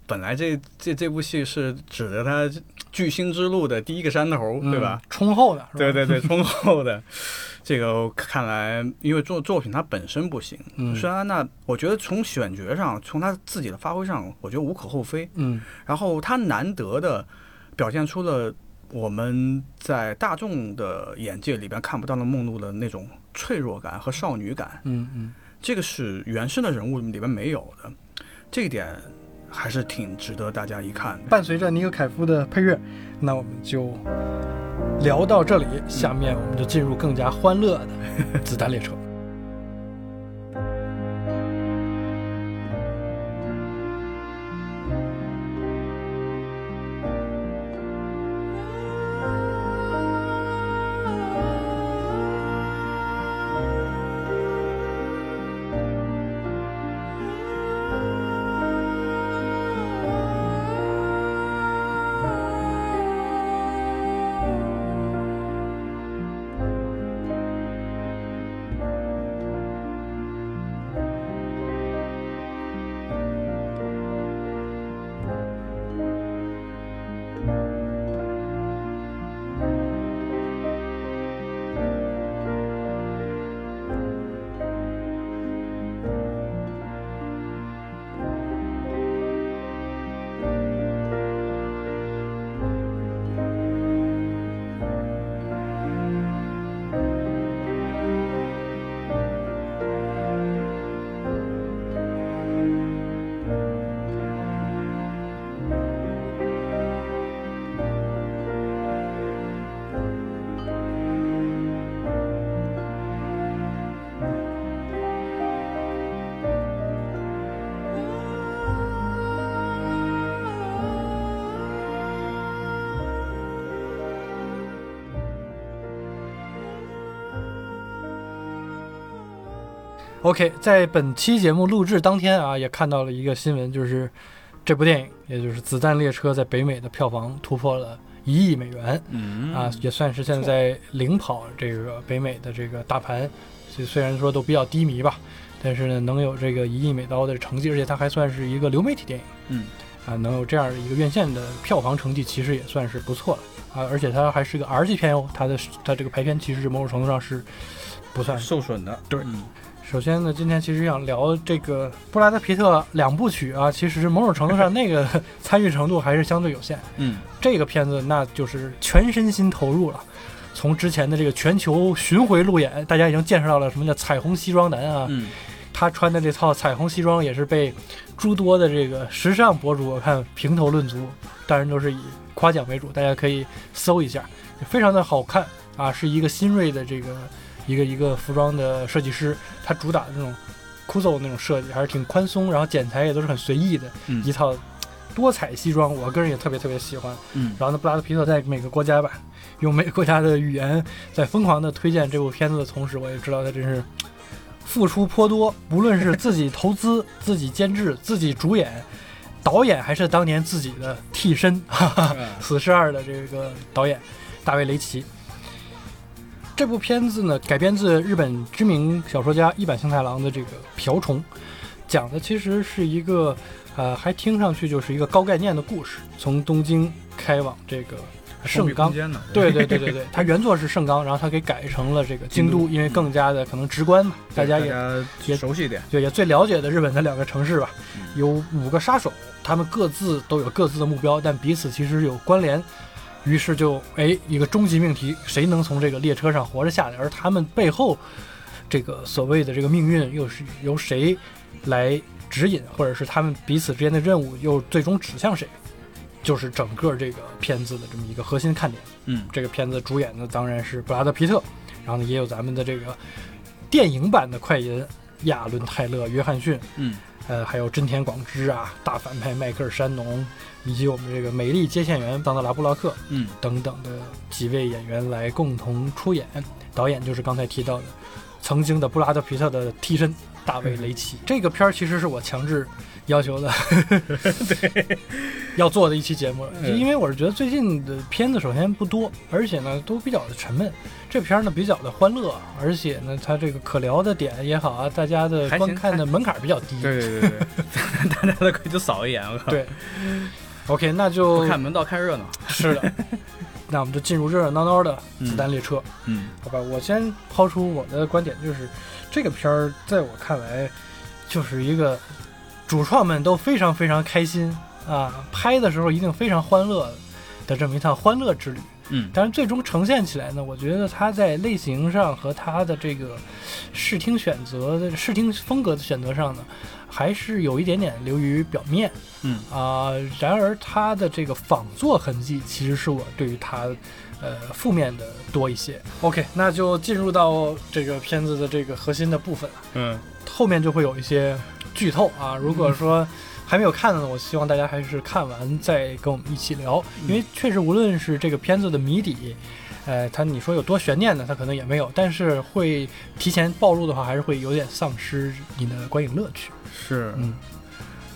本来这这这部戏是指着她巨星之路的第一个山头，对吧？嗯？冲后呢，是吧对， 对对，忠厚的，这个看来，因为作作品它本身不行，嗯虽然安娜，我觉得从选角上，从她自己的发挥上，我觉得无可厚非，嗯然后他难得的表现出了我们在大众的眼界里边看不到的梦露的那种脆弱感和少女感，嗯嗯。”这个是原生的人物里边没有的，这一点还是挺值得大家一看的。伴随着尼克凯夫的配乐，那我们就聊到这里，下面我们就进入更加欢乐的子弹列车。OK，在本期节目录制当天啊，也看到了一个新闻，就是这部电影，也就是《子弹列车》在北美的票房突破了一亿美元嗯啊，也算是现在领跑这个北美的这个大盘。所以虽然说都比较低迷吧，但是呢，能有这个一亿美刀的成绩，而且它还算是一个流媒体电影嗯，啊，能有这样一个院线的票房成绩，其实也算是不错了啊。而且它还是个 R 级片哦，它的它这个排片其实某种程度上是不算受损的，对嗯首先呢，今天其实想聊这个布拉德皮特两部曲啊，其实某种程度上那个 参与程度还是相对有限。嗯，这个片子那就是全身心投入了，从之前的这个全球巡回路演，大家已经见识到了什么叫彩虹西装男啊，嗯，他穿的这套彩虹西装也是被诸多的这个时尚博主我看评头论足，当然都是以夸奖为主，大家可以搜一下，非常的好看啊，是一个新锐的这个一个一个服装的设计师，他主打的那种 Kuzo 那种设计还是挺宽松，然后剪裁也都是很随意的、嗯一套多彩西装，我个人也特别特别喜欢。嗯，然后呢，布拉德皮特在每个国家吧，用每个国家的语言在疯狂的推荐这部片子的同时，我也知道他真是付出颇多，无论是自己投资、 自己监制、自己主演、导演，还是当年自己的替身哈哈，嗯《死侍二》的这个导演大卫·雷奇。这部片子呢，改编自日本知名小说家一坂幸太郎的这个《瓢虫》，讲的其实是一个，呃，还听上去就是一个高概念的故事，从东京开往这个盛冈空。间呢？对对对 对对，它原作是盛冈，然后它给改成了这个京都，京都因为更加的可能直观嘛，大对家也也也熟悉一点，对，也最了解的日本的两个城市吧，嗯有五个杀手，他们各自都有各自的目标，但彼此其实有关联。于是就哎，一个终极命题，谁能从这个列车上活着下来？而他们背后这个所谓的这个命运，又是由谁来指引，或者是他们彼此之间的任务又最终指向谁？就是整个这个片子的这么一个核心看点。嗯这个片子主演的当然是布拉德皮特，然后呢也有咱们的这个电影版的快银亚伦泰勒、约翰逊，嗯呃，还有真田广之啊，大反派迈克尔山农，以及我们这个美丽接线员桑德拉布洛克嗯等等的几位演员来共同出演。导演就是刚才提到的曾经的布拉德皮特的替身大卫雷奇。这个片儿其实是我强制要 求的， 要做的一期节目，嗯因为我是觉得最近的片子首先不多，而且呢都比较的沉闷。这片儿呢比较的欢乐，而且呢它这个可聊的点也好啊，大家的还行观看的门槛儿比较低。对对对 对，大家都可以去扫一眼，我靠， 对 OK，那就不看门道看热闹，是的，那我们就进入热热闹闹的子弹列车，嗯好吧？我先抛出我的观点，就是这个片儿在我看来就是一个主创们都非常非常开心啊，拍的时候一定非常欢乐的这么一趟欢乐之旅。嗯但是最终呈现起来呢，我觉得它在类型上和它的这个视听选择的视听风格的选择上呢，还是有一点点流于表面。嗯啊、然而它的这个仿作痕迹，其实是我对于它呃负面的多一些。OK，那就进入到这个片子的这个核心的部分了，嗯，后面就会有一些剧透啊。如果说还没有看呢，我希望大家还是看完再跟我们一起聊，嗯因为确实无论是这个片子的谜底。呃，它你说有多悬念呢？它可能也没有，但是会提前暴露的话，还是会有点丧失你的观影乐趣。是嗯，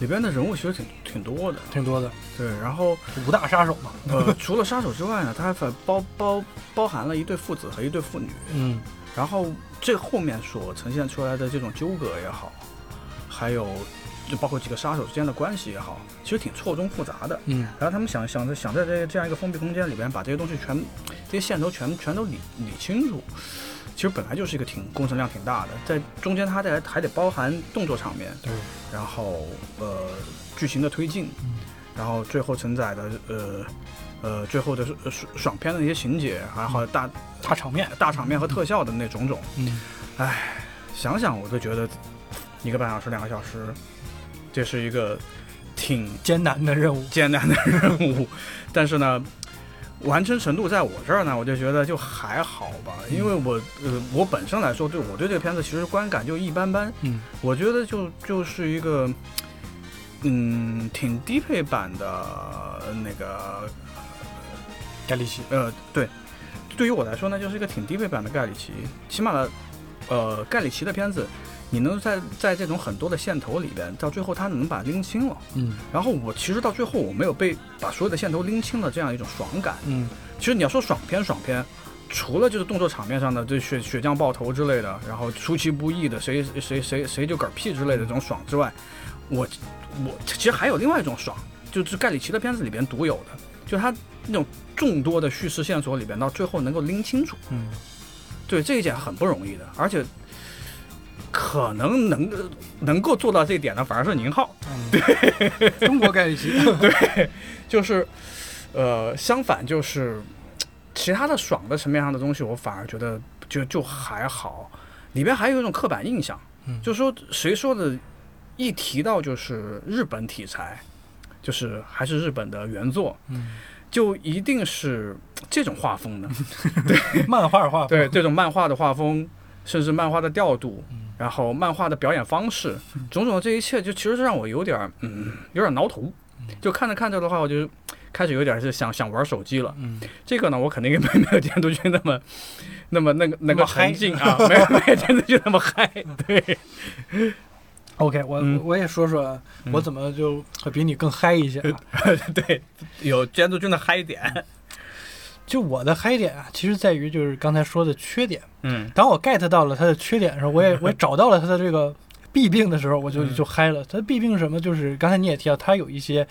里边的人物其实挺挺多的，挺多的，对，然后五大杀手嘛。呃，除了杀手之外呢，它还包包包含了一对父子和一对父女，嗯，然后这后面所呈现出来的这种纠葛也好，还有就包括几个杀手之间的关系也好，其实挺错综复杂的。嗯然后他们想想着想在这这样一个封闭空间里边把这些东西全这些线头全全都理理清楚，其实本来就是一个挺工程量挺大的，在中间它得还得包含动作场面，对，然后呃剧情的推进，嗯然后最后承载的呃呃最后的呃爽爽片的一些情节，还有大大场面，大场面和特效的那种种，嗯，想想我都觉得一个半小时两个小时，这是一个挺艰难的任务，艰难的任务，但是呢，完成程度在我这儿呢，我就觉得就还好吧，因为我呃，我本身来说，对我对这个片子其实观感就一般般，嗯我觉得就就是一个，嗯，挺低配版的呃那个盖里奇，呃，对，对于我来说呢，就是一个挺低配版的盖里奇，起码呢，呃，盖里奇的片子。你能在在这种很多的线头里边，到最后他能把拎清了，嗯然后我其实到最后我没有被把所有的线头拎清了这样一种爽感。嗯其实你要说爽片，爽片，除了就是动作场面上的这血血浆爆头之类的，然后出其不意的谁 谁谁谁就嗝屁之类的这种爽之外，我我其实还有另外一种爽，就是盖里奇的片子里边独有的，就他那种众多的叙事线索里边，到最后能够拎清楚，嗯，对这一点很不容易的，而且可能能能够做到这一点的反而是宁浩，对，中国盖里奇，就是呃相反就是其他的爽的层面上的东西，我反而觉得就就还好，里边还有一种刻板印象，嗯就说谁说的，一提到就是日本题材，就是还是日本的原作，嗯，就一定是这种画风的，漫 画画对这种漫画的画风，甚至漫画的调度，然后漫画的表演方式，种种的这一切，就其实是让我有点儿嗯有点儿挠头。就看着看着的话，我就开始有点儿是想想玩手机了。嗯，这个呢，我肯定也没没有监督君那么那么那嗯个那那么个嗨沉浸啊，没有没有监督君那么嗨。对， OK，我、嗯我也说说我怎么就比你更嗨一些、呃啊。对，有监督君的嗨点。就我的嗨点啊，其实在于就是刚才说的缺点。嗯当我 get 到了它的缺点的时候，我也我也找到了它的这个弊病的时候，我就嗯就嗨了。它的弊病是什么？就是刚才你也提到，它有一些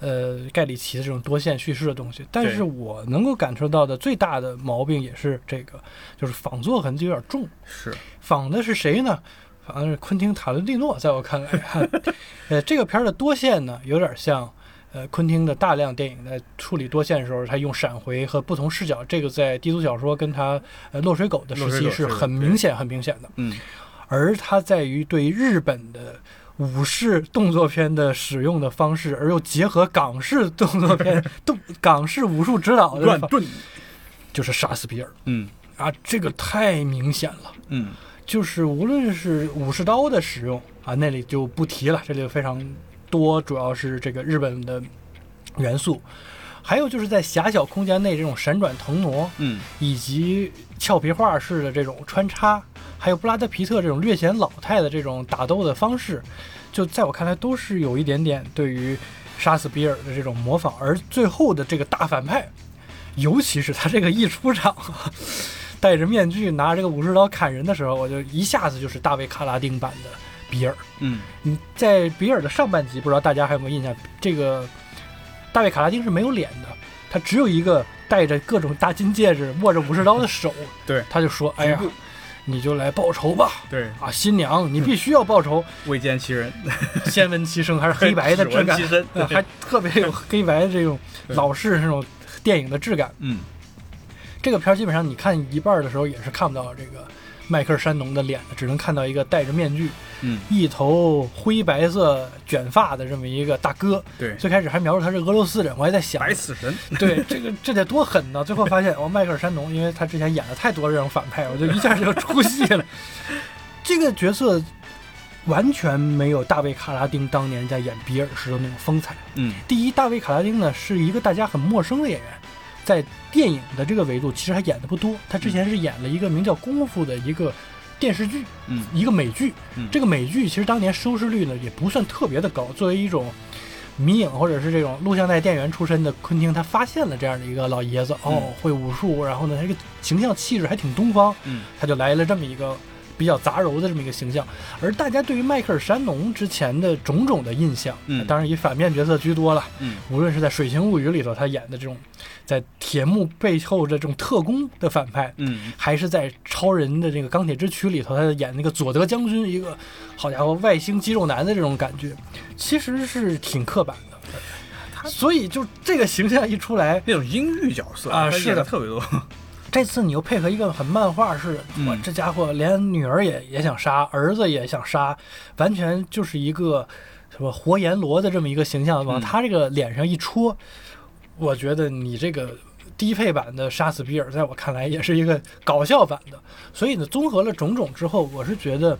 呃盖里奇的这种多线叙事的东西，但对是我能够感受到的最大的毛病也是这个，就是仿作痕迹有点重。是，仿的是谁呢？仿的是昆汀·塔伦蒂诺，在我看来，哈 呃，这个片儿的多线呢，有点像，呃，昆汀的大量电影在处理多线的时候，他用闪回和不同视角，这个在低俗小说跟他呃《落水狗》的时落水期狗是是的很对明显、很明显的。嗯而它在于对日本的武士动作片的使用的方式，而又结合港式动 作片动港式武术指导的方，钝。就是杀死比尔嗯啊，这个太明显了。嗯就是无论是武士刀的使用啊，那里就不提了，这里有非常多，主要是这个日本的元素，还有就是在狭小空间内这种闪转腾挪，嗯以及俏皮话式的这种穿插，还有布拉德皮特这种略显老态的这种打斗的方式，就在我看来都是有一点点对于杀死比尔的这种模仿，而最后的这个大反派，尤其是他这个一出场。戴着面具，拿着这个武士刀砍人的时候，我就一下子就是大卫·卡拉丁版的比尔。嗯你在比尔的上半集，不知道大家还有没有印象？这个大卫·卡拉丁是没有脸的，他只有一个戴着各种大金戒指、握着武士刀的手。 对，他就说：“哎呀，你就来报仇吧！对，啊，新 娘，你必须要报仇。未见其 人，先闻其声，还是黑白的 质感，身呃还特别有黑白的这种对老式这种电影的质感。嗯这个片儿基本上你看一半儿的时候也是看不到这个迈克尔·山农的脸的，只能看到一个戴着面具、嗯，一头灰白色卷发的这么一个大哥。对，最开始还描述他是俄罗斯人，我还在想，白死神。 对这个这得多狠呢！最后发现哦，迈克尔·山农，因为他之前演了太多这种反派，我就一下就出戏了。这个角色完全没有大卫·卡拉丁当年在演比尔时的那种风采。嗯第一，大卫·卡拉丁呢是一个大家很陌生的演员，在电影的这个维度其实他演的不多。他之前是演了一个名叫《功夫》的一个电视剧，嗯一个美剧。嗯这个美剧其实当年收视率呢也不算特别的高，作为一种。迷影或者是这种录像带店员出身的昆汀，他发现了这样的一个老爷子，哦嗯，会武术，然后呢，他这个形象气质还挺东方，嗯他就来了这么一个比较杂糅的这么一个形象。而大家对于迈克尔·山农之前的种种的印象，嗯当然以反面角色居多了，嗯无论是在《水形物语》里头他演的这种在铁幕背后的这种特工的反派，嗯还是在超人的这个钢铁之躯里头，他演那个佐德将军，一个好家伙外星肌肉男的这种感觉，其实是挺刻板的。所以就这个形象一出来，那种阴郁角色啊他是演的得特别多。这次你又配合一个很漫画式的，嗯哇，这家伙连女儿也也想杀，儿子也想杀，完全就是一个什么活阎罗的这么一个形象，嗯往他这个脸上一戳，我觉得你这个低配版的杀死比尔，在我看来也是一个搞笑版的。所以呢，综合了种种之后，我是觉得，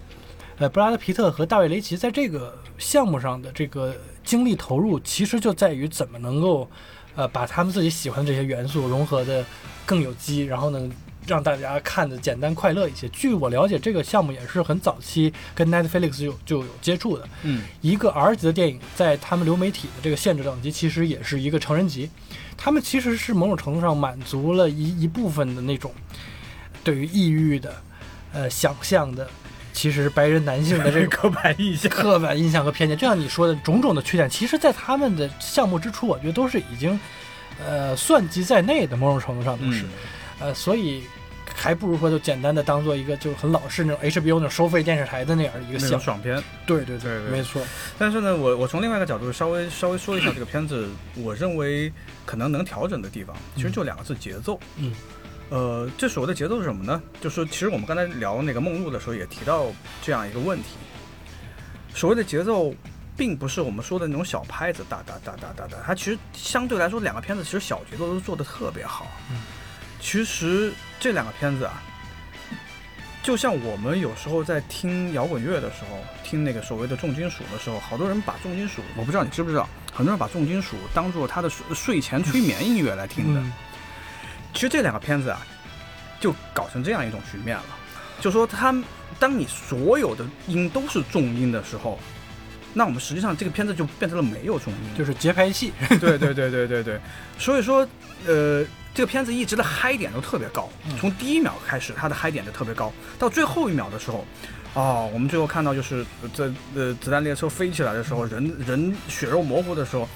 呃，布拉德皮特和大卫雷奇在这个项目上的这个精力投入，其实就在于怎么能够，呃，把他们自己喜欢的这些元素融合的更有机，然后呢，让大家看的简单快乐一些。据我了解，这个项目也是很早期跟 Netflix 有就有接触的。 嗯，一个 R 级的电影，在他们流媒体的这个限制等级，其实也是一个成人级。他们其实是某种程度上满足了一一部分的那种对于抑郁的、呃想象的，其实白人男性的这 个刻板印象。刻板印象和偏见。就像你说的种种的缺点，其实，在他们的项目之初，我觉得都是已经呃算计在内的，某种程度上都嗯是。呃，所以还不如说就简单的当做一个就很老式那种 HBO 那种收费电视台的那样的一个那种项目。爽片。对对对对没错。但是呢，我我从另外一个角度稍微稍微说一下这个片子，我认为可能能调整的地方，其实就两个字：节奏。嗯。呃，这所谓的节奏是什么呢？就是其实我们刚才聊那个梦露的时候也提到这样一个问题，所谓的节奏。并不是我们说的那种小拍子，哒哒哒哒哒哒。它其实相对来说，两个片子其实小节奏都做得特别好。嗯其实这两个片子啊，就像我们有时候在听摇滚乐的时候，听那个所谓的重金属的时候，好多人把重金属，我不知道你知不知道，很多人把重金属当做他的睡睡前催眠音乐来听的。嗯，其实这两个片子啊，就搞成这样一种局面了，就说他们当你所有的音都是重音的时候，那我们实际上这个片子就变成了没有重音，就是节拍器。 对对对对对对，所以说，呃，这个片子一直的嗨点都特别高，从第一秒开始，它的嗨点就特别高，到最后一秒的时候，哦，我们最后看到就是呃这呃子弹列车飞起来的时候，人人血肉模糊的时候，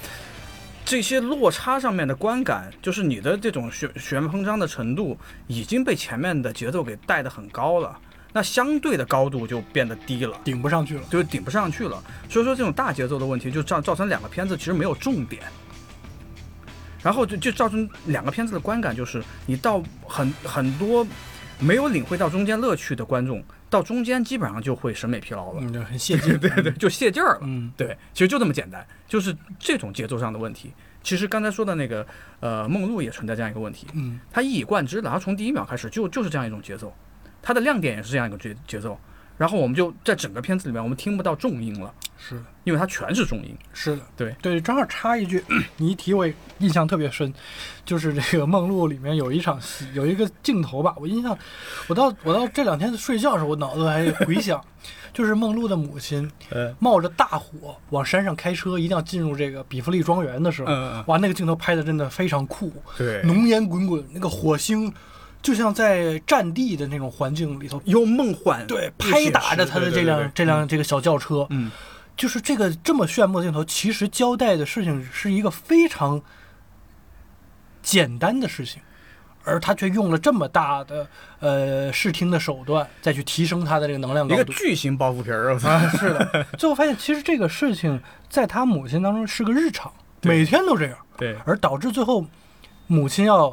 这些落差上面的观感，就是你的这种血血脉膨胀的程度已经被前面的节奏给带得很高了，那相对的高度就变得低了。顶不上去了。就是顶不上去了。所以说这种大节奏的问题，就造造成两个片子其实没有重点，然后就就造成两个片子的观感就是，你到很很多没有领会到中间乐趣的观众，到中间基本上就会审美疲 劳了，嗯，就很泄气。对对，就泄劲儿了。嗯，对，其实就这么简单，就是这种节奏上的问题。其实刚才说的那个，呃，梦露也存在这样一个问题，嗯，它一以贯之的，它从第一秒开始就就是这样一种节奏，它的亮点也是这样一个节节奏，然后我们就在整个片子里面，我们听不到重音了，是的，因为它全是重音。是的，对对。正好插一句，你一提我也印象特别深，就是这个《梦露》里面有一场戏，有一个镜头吧，我印象，我到我到这两天睡觉的时候，我脑子还回想，就是梦露的母亲嗯冒着大火往山上开车，一定要进入这个比弗利庄园的时候，嗯，哇，那个镜头拍的真的非常酷，对浓烟滚滚，那个火星就像在战地的那种环境里头，又梦幻，对，又拍写打着实他的对这对辆对这辆这个小轿车，嗯，就是这个这么炫目的镜头，其实交代的事情是一个非常简单的事情，而他却用了这么大的呃视听的手段再去提升他的这个能量一高个度。巨型包袱皮 儿，我啊操是的，最后发现其实这个事情在他母亲当中是个日常，每天都这样，对而导致最后母亲要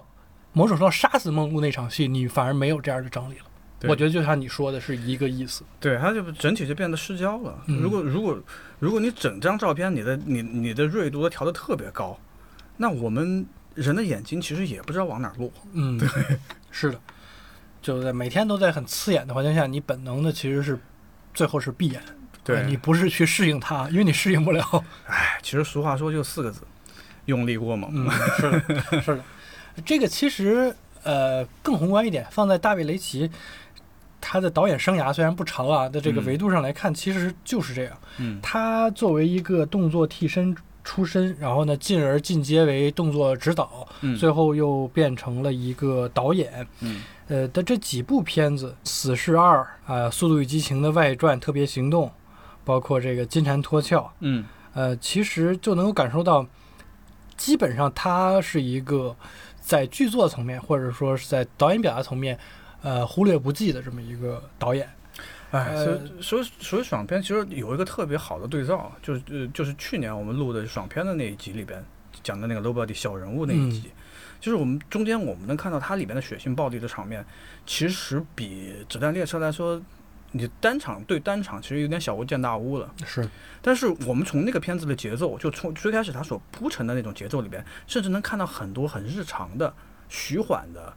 某种程度上杀死梦露那场戏，你反而没有这样的张力了。对我觉得就像你说的是一个意思。对，它就整体就变得失焦了。嗯如果如果如果你整张照片你的你你的锐度都调得特别高，那我们人的眼睛其实也不知道往哪儿落。嗯，对， 是的，就在每天都在很刺眼的环境下，你本能的其实是最后是闭眼，呃你不是去适应它，因为你适应不了。哎，其实俗话说就四个字，用力过猛。 嗯，是 的，是的，这个其实呃更宏观一点，放在大卫雷奇他的导演生涯虽然不长啊，在这个嗯维度上来看，其实就是这样。嗯他作为一个动作替身出身，然后呢，进而进阶为动作指导，嗯最后又变成了一个导演。嗯呃的这几部片子，《死侍二》啊，《速度与激情》的外传《特别行动》，包括这个《金蝉脱壳》，嗯呃，其实就能够感受到，基本上它是一个在剧作层面，或者说是在导演表达层面，呃，忽略不计的这么一个导演。哎，呃所以所以所以爽片其实有一个特别好的对照，就是呃就是去年我们录的爽片的那一集里边讲的那个 Nobody 小人物那一集，就是我们中间我们能看到它里边的血腥暴力的场面，其实比《子弹列车》来说，你单场对单场其实有点小巫见大巫了。是，但是我们从那个片子的节奏，就从最开始它所铺陈的那种节奏里边，甚至能看到很多很日常的、徐缓的，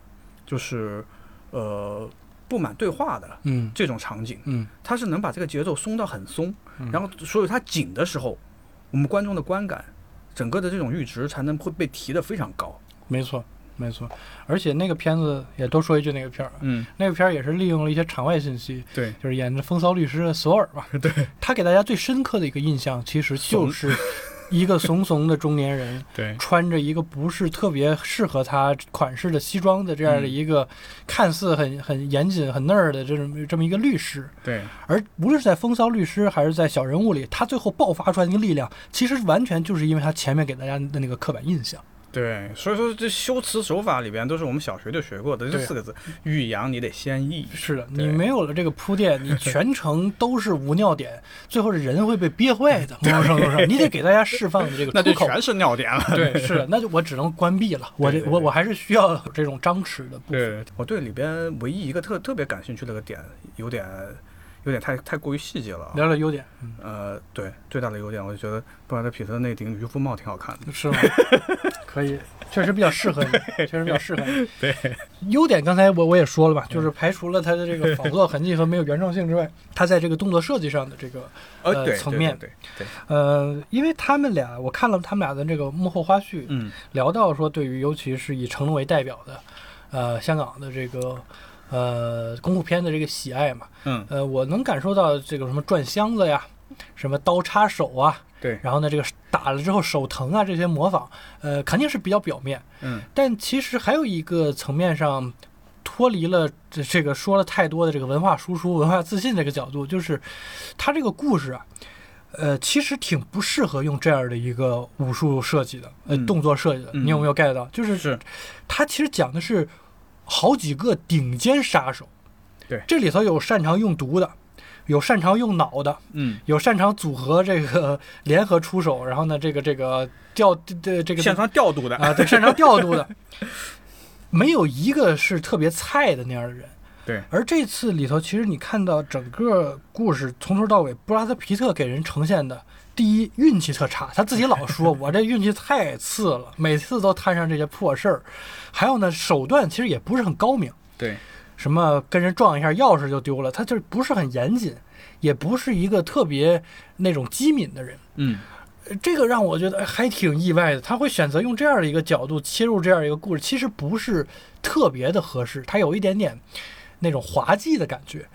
就是呃布满对话的嗯这种场景。嗯它是能把这个节奏松到很松，嗯然后所以它紧的时候，我们观众的观感，整个的这种阈值才能会被提得非常高。没错，没错。而且那个片子也多说一句，那个片儿，嗯，那个片儿也是利用了一些场外信息，对，就是演着风骚律师的索尔嘛，对，他给大家最深刻的一个印象，其实就是一个怂怂的中年人，对，穿着一个不是特别适合他款式的西装的这样的一个看似很很严谨、很那儿的这种这么一个律师，对，而无论是在《风骚律师》还是在《小人物》里，他最后爆发出来那个力量，其实完全就是因为他前面给大家的那个刻板印象。对，所以说这修辞手法里边都是我们小学就学过的，这对四个字，欲扬你得先抑。是的，对你没有了这个铺垫， 你全程都是无尿点，最后是人会被憋坏的。某种程度上，你得给大家释放的这 个那出就口。全是尿点了。对，是的，那就我只能关闭了。我这对对我对我还是需要有这种张弛的部分。 对，我对里边唯一一个特特别感兴趣的个点，有点有点太太过于细节了啊。聊聊优点，嗯，呃，对，最大的优点，我就觉得布莱德皮特那顶渔夫帽挺好看的。 是吗？可以，确实比较适合你，确实比较适合你。 对，优点刚才我我也说了吧，就是排除了他的这个仿作痕迹和没有原创性之外，他在这个动作设计上的这个呃，呃对，层对面对对，对呃，因为他们俩，我看了他们俩的这个幕后花絮，嗯，聊到说，对于尤其是以成龙为代表的，呃，香港的这个呃功夫片的这个喜爱嘛，嗯，呃，我能感受到这个什么转箱子呀，什么刀叉手啊，对，然后呢，这个打了之后手疼啊这些模仿，呃，肯定是比较表面，嗯，但其实还有一个层面上脱离了这这个说了太多的这个文化输出、文化自信这个角度，就是他这个故事啊，呃，其实挺不适合用这样的一个武术设计的，呃，嗯动作设计的。嗯你有没有 get 到？就是是，他其实讲的是好几个顶尖杀手，对这里头有擅长用毒的，有擅长用脑的，嗯，有擅长组合这个 联合出手，然后呢，这个这个调这这这个擅长调度的， 啊，对，擅长调度的，没有一个是特别菜的那样的人。对，而这次里头，其实你看到整个故事从头到尾，布拉德皮特给人呈现的，第一运气特差，他自己老说我这运气太次了，每次都摊上这些破事儿。还有呢，手段其实也不是很高明，对，什么跟人撞一下钥匙就丢了，他就是不是很严谨，也不是一个特别那种机敏的人。嗯，呃这个让我觉得哎还挺意外的，他会选择用这样的一个角度切入这样一个故事，其实不是特别的合适，他有一点点那种滑稽的感觉，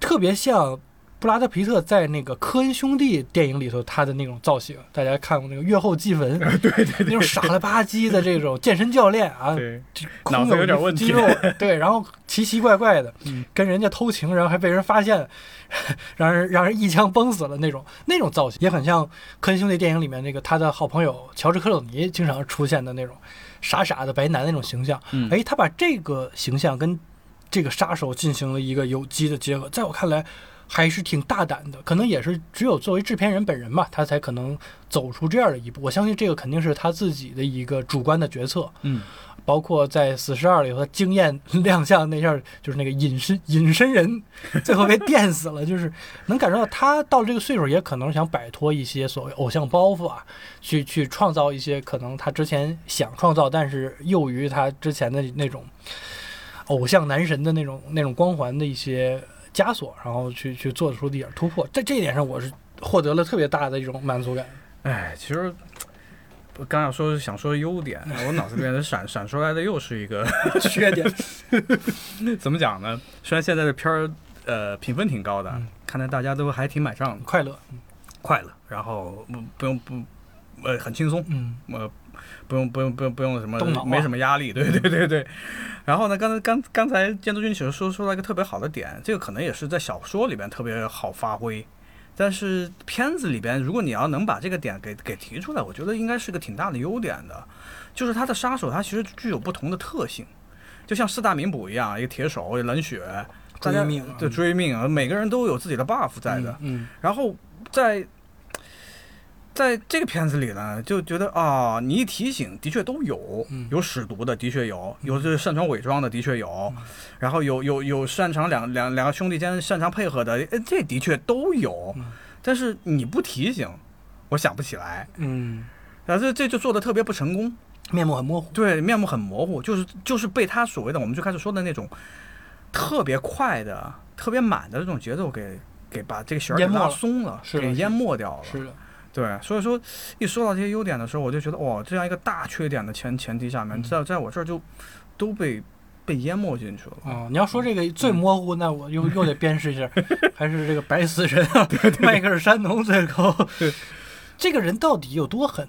特别像布拉德皮特在那个科恩兄弟电影里头他的那种造型，大家看过那个《月后祭文》啊对对对那种傻了吧唧的这种健身教练啊，对，这脑子空有点问题 肌肉对，然后奇奇怪怪的嗯，跟人家偷情，然后还被人发现， 让人让人一枪崩死了那种那种造型，也很像科恩兄弟电影里面那个他的好朋友乔治克鲁尼经常出现的那种傻傻的白男那种形象。嗯哎，他把这个形象跟这个杀手进行了一个有机的结合，在我看来。还是挺大胆的，可能也是只有作为制片人本人吧，他才可能走出这样的一步。我相信这个肯定是他自己的一个主观的决策，嗯，包括在《死侍二》里头，他惊艳亮相那下儿，就是那个隐身隐身 人，最后被电死了，就是能感受到他到这个岁数，也可能想摆脱一些所谓偶像包袱啊，去去创造一些可能他之前想创造，但是囿于他之前的那种偶像男神的那种那种光环的一些枷锁，然后去去做出一点突破。在这一点上，我是获得了特别大的一种满足感。哎，其实我刚想说想说优点，我脑子里面闪闪出来的又是一个， 缺 点，怎么讲呢？虽然现在的片儿呃评分挺高的，嗯看来大家都还挺买账的，快乐，快乐，然后不不用不呃很轻松，嗯，呃，不用不用不用不用什么动脑，啊没什么压力，对对对对。然后呢，刚才刚刚才监督君其实说说到一个特别好的点，这个可能也是在小说里边特别好发挥，但是片子里边如果你要能把这个点给给提出来，我觉得应该是个挺大的优点的，就是他的杀手他其实具有不同的特性，就像四大名捕一样，一个铁手，一个冷血，大家追命啊对追命啊，每个人都有自己的 buff 在的，嗯，嗯然后在在这个片子里呢，就觉得啊，你一提醒，的确都有，嗯有使毒的，的确有，有这擅长伪装的，的确有，嗯然后有有有擅长两两两个兄弟间擅长配合的，哎，这的确都有嗯，但是你不提醒，我想不起来，嗯然后这这就做的特别不成功，面目很模糊。对，面目很模糊，就是就是被他所谓的我们最开始说的那种特别快的、特别满的这种节奏给给把这个弦儿给淹没拉了松了，是的给是淹没掉了。是的，对，所以说一说到这些优点的时候，我就觉得哇，这样一个大缺点的前前提下面，嗯在在我这儿就都被被淹没进去了。哦，你要说这个最模糊，那我又嗯又得鞭尸一 下，还是这个白死神啊，迈克尔·山农最高。这个人到底有多狠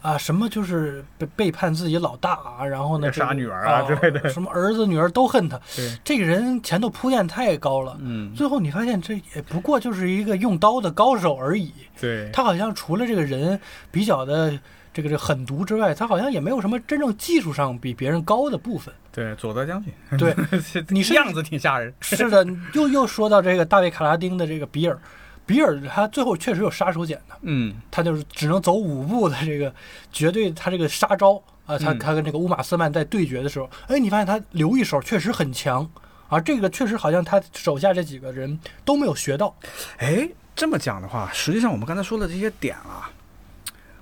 啊？什么就是背背叛自己老大啊，然后呢要杀这个女儿啊之类的什么儿子女儿都恨他。对，这个人前头铺垫太高了，嗯，最后你发现这也不过就是一个用刀的高手而已。对，他好像除了这个人比较的这个这个狠毒之外，他好像也没有什么真正技术上比别人高的部 分。对，佐德 将军，对，这你是样子挺吓人，是的，又又说到这个大卫卡拉丁的这个比尔，比尔他最后确实有杀手锏的，嗯，他就是只能走五步的这个绝对他这个杀招啊，他嗯他跟这个乌马斯曼在对决的时候，哎，你发现他留一手确实很强。而这个确实好像他手下这几个人都没有学到，哎，这么讲的话，实际上我们刚才说的这些点啊，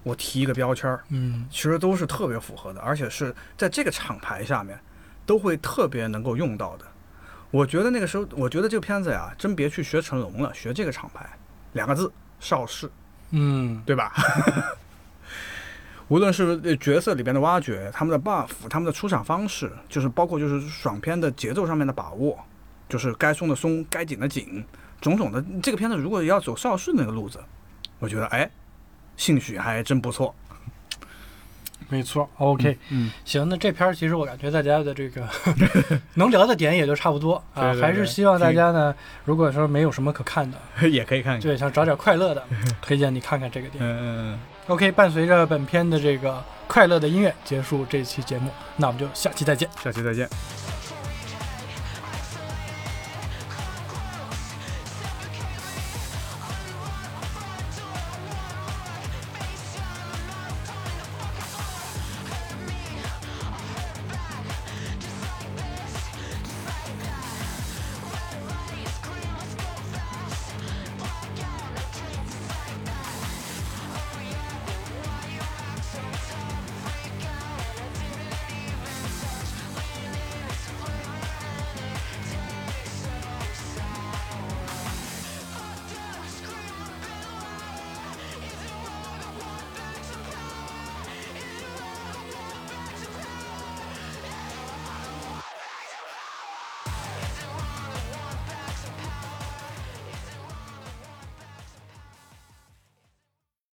我提一个标签儿，嗯，其实都是特别符合的，而且是在这个厂牌下面都会特别能够用到的。我觉得那个时候，我觉得这个片子呀，真别去学成龙了，学这个厂牌，两个字，邵氏。嗯，对吧？ 无论是呃角色里边的挖掘、他们的 buff、他们的出场方式，就是包括就是爽片的节奏上面的把握，就是该松的松，该紧的紧，种种的。这个片子如果要走邵氏那个路子，我觉得哎，兴许还真不错。 没错，OK，嗯，行，那这片儿其实我感觉大家的这 个能聊的点也就差不多啊，对对还对是希望大挺家呢，如果说没有什么可看的，也可以看看。对，想找点快 乐的，推荐你看看这个电影。嗯，嗯 OK，伴随着本片的这个快乐的音乐，结束这期节目，那我们就下期再见。嗯，下期再见。